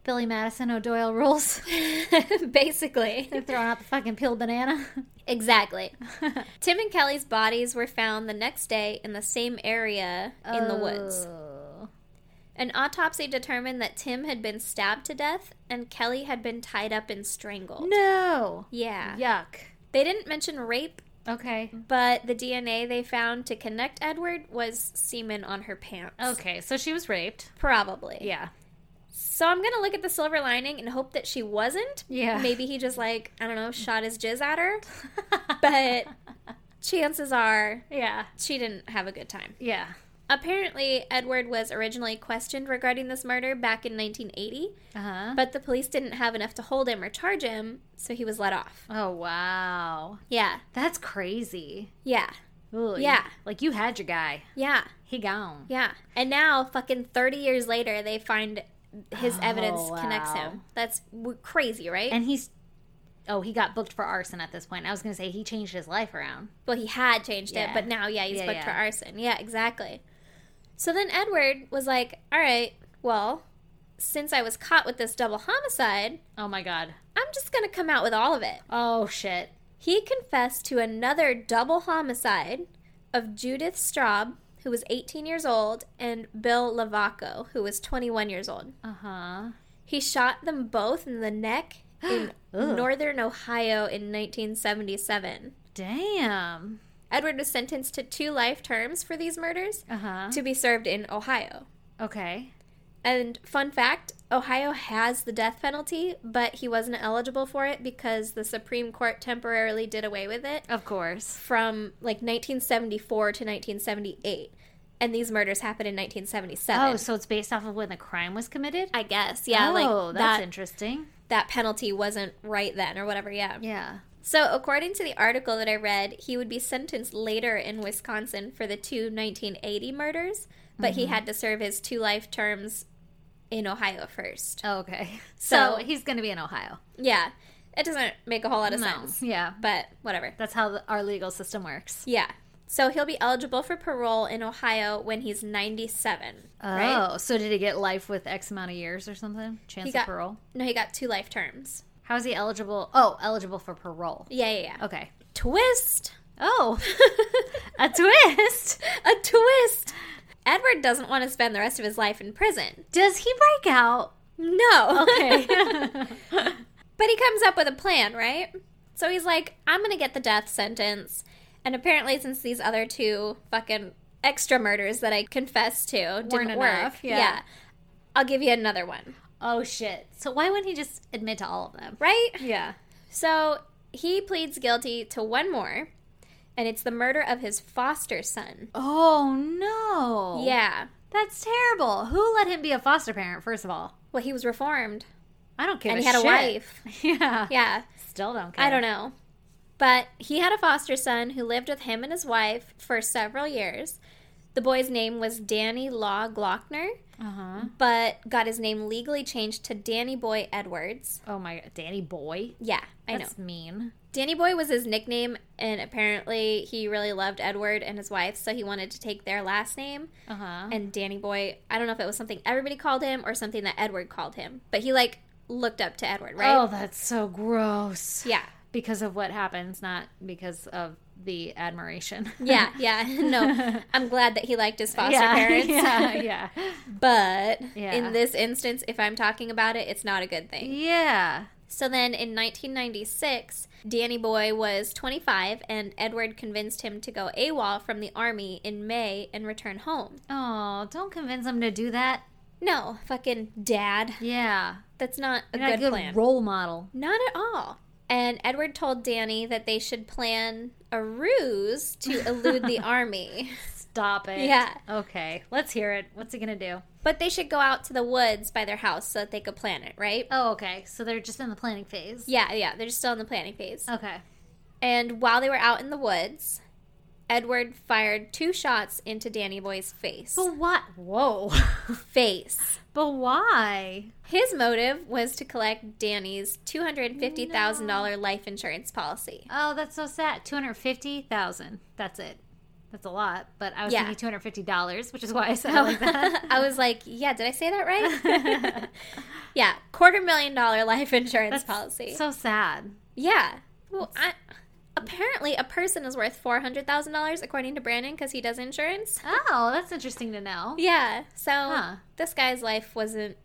A: Billy Madison O'Doyle rules.
B: basically.
A: They're throwing out the fucking peeled banana.
B: Exactly. Tim and Kelly's bodies were found the next day in the same area in the woods.
A: Oh.
B: An autopsy determined that Tim had been stabbed to death and Kelly had been tied up and strangled.
A: No.
B: Yeah.
A: Yuck.
B: They didn't mention rape,
A: Okay.
B: but the DNA they found to connect Edward was semen on her pants.
A: Okay, so she was raped.
B: Probably.
A: Yeah.
B: So I'm gonna look at the silver lining and hope that she wasn't.
A: Yeah.
B: Maybe he just like I don't know shot his jizz at her, but chances are
A: yeah.
B: she didn't have a good time.
A: Yeah.
B: Apparently, Edward was originally questioned regarding this murder back in 1980,
A: Uh huh.
B: but the police didn't have enough to hold him or charge him, so he was let off.
A: Oh wow.
B: Yeah.
A: That's crazy.
B: Yeah.
A: Ooh,
B: Yeah.
A: Like you had your guy.
B: Yeah.
A: He gone.
B: Yeah. And now, fucking 30 years later, they find his evidence
A: Oh,
B: connects
A: wow.
B: him. That's w- crazy, right?
A: And he's oh, he got booked for arson at this point. I was gonna say he changed his life around.
B: Well, he had changed it,
A: Yeah.
B: but now, yeah, he's
A: Yeah,
B: booked
A: yeah.
B: for arson. Yeah, exactly. So then Edward was like, all right, well, since I was caught with this double homicide,
A: Oh my god.
B: I'm just going to come out with all of it.
A: Oh shit.
B: He confessed to another double homicide of Judith Straub, who was 18 years old, and Bill Lavaco, who was 21 years old.
A: Uh huh.
B: He shot them both in the neck in
A: Ugh.
B: northern Ohio in 1977.
A: Damn.
B: Edward was sentenced to two life terms for these murders
A: Uh huh.
B: to be served in Ohio.
A: Okay.
B: And fun fact Ohio has the death penalty, but he wasn't eligible for it because the Supreme Court temporarily did away with it
A: Of course.
B: from like 1974 to 1978. And these murders happened in 1977.
A: Oh, so it's based off of when the crime was committed?
B: I guess, yeah,
A: oh,
B: like
A: that's
B: that,
A: interesting.
B: that penalty wasn't right then or whatever, yeah.
A: Yeah.
B: So, according to the article that I read, he would be sentenced later in Wisconsin for the two 1980 murders, but he
A: Mm-hmm.
B: had to serve his two life terms in Ohio first.
A: Oh, okay. So,
B: So-
A: he's going to be in Ohio.
B: Yeah, it doesn't make a whole lot of sense,
A: Yeah.
B: but whatever.
A: That's how the, our legal system works.
B: Yeah. So he'll be eligible for parole in Ohio when he's 97, right?
A: Oh, so did he get life with X amount of years or something? Chance
B: got-
A: of parole?
B: No, he got two life terms.
A: How is he eligible? Oh, eligible for parole.
B: Yeah, yeah, yeah.
A: Okay.
B: Twist!
A: Oh, a twist.
B: A twist! Edward doesn't want to spend the rest of his life in prison.
A: Does he break out?
B: No.
A: Okay.
B: But he comes up with a plan, right? So he's like, I'm going to get the death sentence. And apparently, since these other two fucking extra murders that I confessed to didn't
A: Weren't
B: work,
A: enough, yeah.
B: I'll give you another one,
A: oh shit. So why wouldn't he just admit to all of them?
B: right?
A: Yeah.
B: So he pleads guilty to one more, and it's the murder of his foster son.
A: Oh no.
B: Yeah.
A: That's terrible. Who let him be a foster parent? First of all,
B: Well, he was reformed,
A: I don't care.
B: and he had a wife.
A: Yeah.
B: Yeah.
A: Still don't care.
B: I don't know. But he had a foster son who lived with him and his wife for several years. The boy's name was Danny Law Glockner,
A: Uh huh.
B: but got his name legally changed to Danny Boy Edwards.
A: Oh my god, Danny Boy.
B: Yeah, I know.
A: That's mean.
B: Danny Boy was his nickname, and apparently he really loved Edward and his wife, so he wanted to take their last name.
A: Uh huh.
B: And Danny Boy, I don't know if it was something everybody called him or something that Edward called him, but he like looked up to Edward, right?
A: Oh, that's so gross.
B: Yeah.
A: Because of what happens, not because of the admiration.
B: Yeah, yeah. No, I'm glad that he liked his foster
A: yeah,
B: parents.
A: Yeah, yeah.
B: But
A: Yeah.
B: in this instance, if I'm talking about it, it's not a good thing.
A: Yeah.
B: So then in 1996, Danny Boy was 25, and Edward convinced him to go AWOL from the army in May and return home.
A: Oh, don't convince him to do that.
B: No, fucking dad.
A: Yeah.
B: That's not a
A: You're not
B: good, plan.
A: role model.
B: Not at all. And Edward told Danny that they should plan a ruse to elude the army.
A: Stop it.
B: Yeah.
A: Okay. Let's hear it. What's he gonna do?
B: But they should go out to the woods by their house so that they could plan it, right?
A: Oh, okay. So they're just in the planning phase.
B: Yeah, yeah, they're still in the planning phase.
A: Okay.
B: And while they were out in the woods, Edward fired two shots into Danny Boy's face.
A: But what? Whoa.
B: Face.
A: but why?
B: His motive was to collect Danny's $250,000 life insurance policy.
A: Oh, that's so sad. Two hundred fifty thousand. That's it. That's a lot. But I was
B: Yeah.
A: thinking two hundred fifty dollars, which is why I said it like that.
B: I was like, yeah, did I say that right? yeah, quarter million dollar life insurance
A: That's
B: policy.
A: So sad.
B: yeah. Well, I, apparently a person is worth $400,000 according to Brandon because he does insurance.
A: Oh, that's interesting to know.
B: Yeah. So
A: Huh.
B: this guy's life wasn't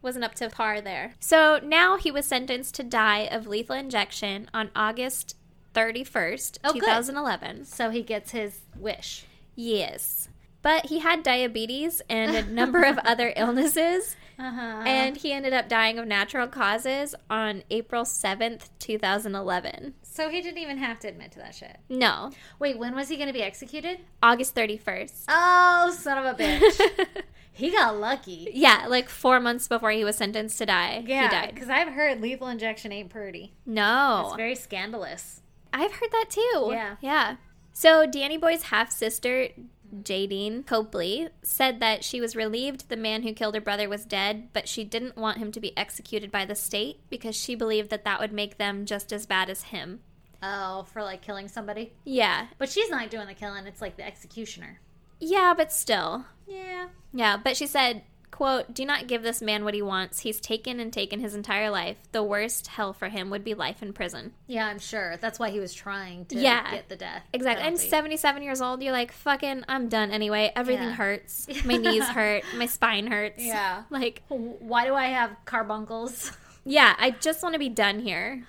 B: wasn't up to par there. So now he was sentenced to die of lethal injection on August 31st,
A: Oh, good.
B: 2011.
A: So he gets his wish.
B: Yes. But he had diabetes and a number of other illnesses
A: Uh-huh.
B: and he ended up dying of natural causes on April 7th, 2011.
A: So he didn't even have to admit to that shit.
B: No,
A: Wait, when was he going to be executed?
B: August 31st.
A: Oh, son of a bitch. he got lucky.
B: yeah, like 4 months before he was sentenced to die, he
A: Yeah,
B: died.
A: because I've heard lethal injection ain't pretty.
B: No.
A: It's very scandalous.
B: I've heard that too.
A: Yeah.
B: Yeah. So Danny Boy's half sister, Jadine Copley, said that she was relieved the man who killed her brother was dead, but she didn't want him to be executed by the state because she believed that that would make them just as bad as him.
A: Oh, for like killing somebody.
B: Yeah.
A: But she's not doing the killing, it's like the executioner.
B: Yeah, but still.
A: Yeah.
B: Yeah, but she said, quote, "Do not give this man what he wants. He's taken and taken his entire life. The worst hell for him would be life in prison."
A: Yeah, I'm sure. That's why he was trying to
B: Yeah.
A: get the death.
B: Exactly. I'm
A: penalty.
B: 77 years old. You're like, fucking, I'm done anyway. Everything
A: Yeah.
B: hurts. My knees hurt. My spine hurts.
A: Yeah.
B: Like,
A: Why do I have carbuncles?
B: yeah, I just want to be done here.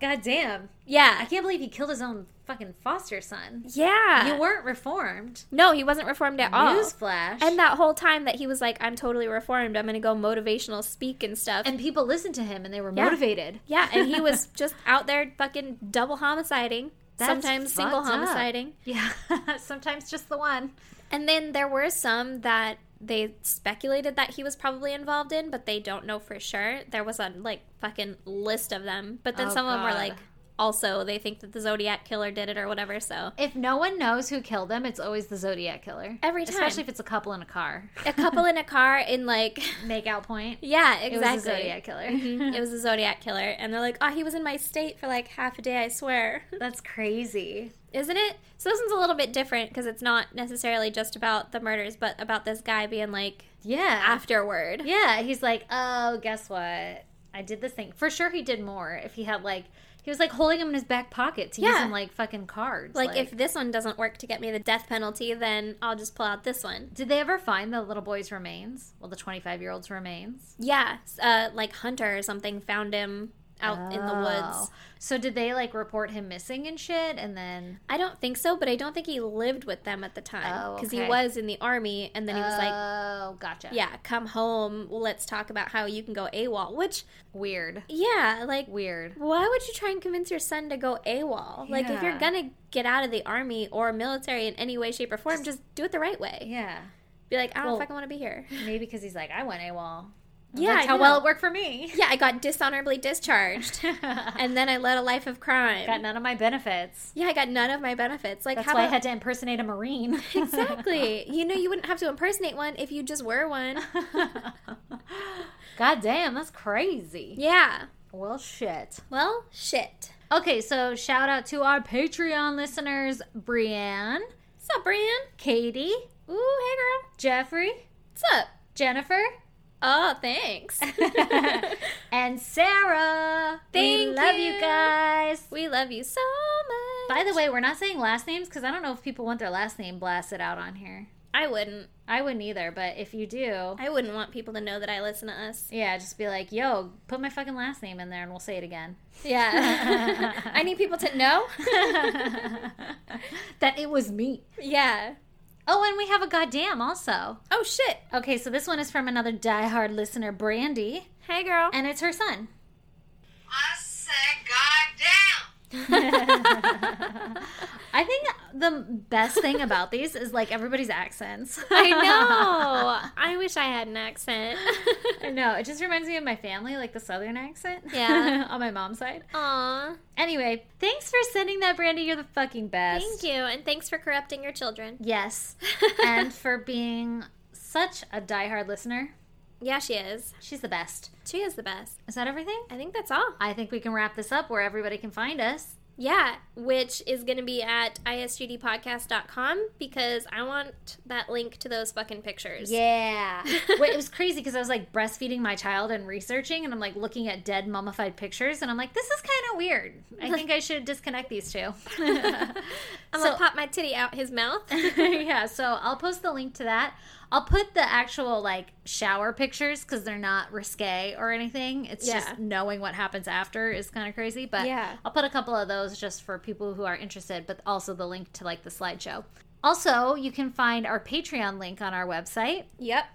A: God damn. I
B: Yeah.
A: can't believe he killed his own fucking foster son.
B: Yeah.
A: You weren't reformed.
B: no, he wasn't reformed at all.
A: Newsflash.
B: And that whole time that he was like, I'm totally reformed. I'm going to go motivational speak and stuff.
A: and people listened to him and they were
B: Yeah.
A: motivated.
B: yeah, and he was just out there fucking double homiciding,
A: That's
B: sometimes single
A: fucked up.
B: homiciding.
A: Yeah. Sometimes just the one.
B: And then there were some that they speculated that he was probably involved in, but they don't know for sure. There was a like fucking list of them, but then
A: Oh,
B: some of them were
A: God.
B: like also they think that the Zodiac killer did it or whatever. So
A: If no one knows who killed them, it's always the Zodiac killer.
B: Every time.
A: Especially if it's a couple in a car.
B: a couple in a car in like
A: Make out point.
B: yeah
A: It
B: exactly
A: was the Zodiac killer.
B: Mhm, it was a Zodiac killer, and they're like, oh, he was in my state for like half a day. I swear,
A: That's crazy.
B: isn't it? So this one's a little bit different because it's not necessarily just about the murders, but about this guy being like
A: Yeah.
B: afterward.
A: Yeah, he's like, oh, guess what? I did this thing. For sure, he did more if he had like he was like holding him in his back pocket to use
B: Yeah.
A: him like fucking cards.
B: Like, if this one doesn't work to get me the death penalty, then I'll just pull out this one.
A: did they ever find the little boy's remains? Well, the twenty five year old's remains
B: Yeah, s- uh, like Hunter or something found him out in the
A: Oh.
B: woods.
A: So did they like report him missing and shit? And then
B: I don't think so, but I don't think he lived with them at the time
A: Oh,
B: because
A: okay.
B: he was in the army, and then he was like,
A: oh, gotcha.
B: "Yeah, come home. Let's talk about how you can go AWOL." Which,
A: weird,
B: yeah, like,
A: weird.
B: why would you try and convince your son to go AWOL? Like, if
A: Yeah.
B: you're gonna get out of the army or military in any way, shape, or form, just do it the right way.
A: Yeah,
B: Be like, I don't
A: Well-
B: fucking want to be here.
A: maybe because he's like, I went AWOL.
B: Yeah,
A: that's
B: I
A: how well
B: know.
A: it worked for me.
B: Yeah, I got dishonorably discharged. and then I led a life of crime.
A: Got none of my benefits.
B: yeah, I got none of my benefits. Like,
A: That's
B: how
A: why I
B: about-
A: had to impersonate a Marine.
B: exactly? you know, you wouldn't have to impersonate one if you just were one.
A: God damn, that's crazy.
B: yeah.
A: Well, shit.
B: Well, shit.
A: Okay, so shout out to our Patreon listeners Brianne,
B: What's up, Brian?
A: Katie,
B: Ooh, hey, girl.
A: Jeffrey,
B: What's up?
A: Jennifer,
B: Oh, thanks.
A: and Sarah. we
B: Thank
A: love you
B: you.
A: guys.
B: we love you so much.
A: By the way, we're not saying last names because I don't know if people want their last name blasted out on here.
B: I wouldn't.
A: I wouldn't either, but if you do,
B: I wouldn't want people to know that I listen to us.
A: yeah, just be like, yo, put my fucking last name in there and we'll say it again.
B: Yeah. I need people to know.
A: that it was me.
B: yeah.
A: Oh, and we have a goddamn also.
B: Oh, shit.
A: Okay, so this one is from another diehard listener, Brandy,
B: Hey, girl.
A: and it's her son.
D: I said, God damn.
A: I think the best thing about these is like everybody's accents.
B: I know. I wish I had an accent.
A: I know. It just reminds me of my family, like the southern accent.
B: Yeah.
A: on my mom's side.
B: Aw.
A: Anyway, thanks for sending that, Brandy. You're the fucking best.
B: Thank you. And thanks for corrupting your children.
A: Yes. and for being such a diehard listener.
B: Yeah, she is.
A: She's the best.
B: She is the best.
A: Is that everything?
B: I think that's all.
A: I think we can wrap this up where everybody can find us.
B: Yeah, which is going to be at isgdpodcast.com because I want that link to those fucking pictures.
A: Yeah. Wait, it was crazy because I was like breastfeeding my child and researching, and I'm like looking at dead mummified pictures, and I'm like, this is kind of weird. I think I should disconnect these two.
B: I'm
A: So-
B: going to pop my titty out his mouth.
A: yeah, so I'll post the link to that. I'll put the actual like shower pictures because they're not risque or anything. It's
B: Yeah.
A: just knowing what happens after is kind of crazy. But
B: Yeah.
A: I'll put a couple of those just for people who are interested, but also the link to like the slideshow. Also, you can find our Patreon link on our website.
B: yep.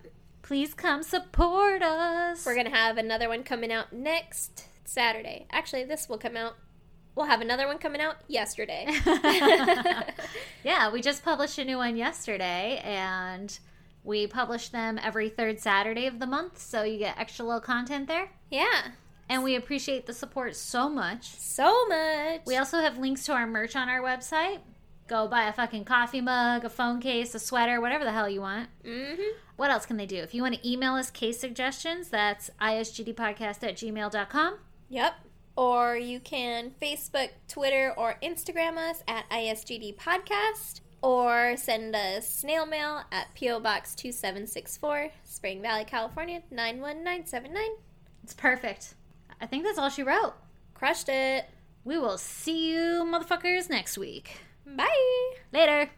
A: Please come support us.
B: We're going to have another one coming out next Saturday. Actually, this will come out. We'll have another one coming out yesterday.
A: yeah, we just published a new one yesterday and we publish them every third Saturday of the month, so you get extra little content there.
B: yeah.
A: And we appreciate the support so much.
B: So much.
A: We also have links to our merch on our website. Go buy a fucking coffee mug, a phone case, a sweater, whatever the hell you want.
B: mm-hmm.
A: What else can they do? If you want to email us case suggestions, that's isgdpodcast at gmail.com.
B: Yep. Or you can Facebook, Twitter, or Instagram us at ISGD Podcast. Or send us snail mail at P.O. Box 2764, Spring Valley, California 91979.
A: It's perfect. I think that's all she wrote.
B: Crushed it.
A: We will see you motherfuckers next week.
B: Bye.
A: Later.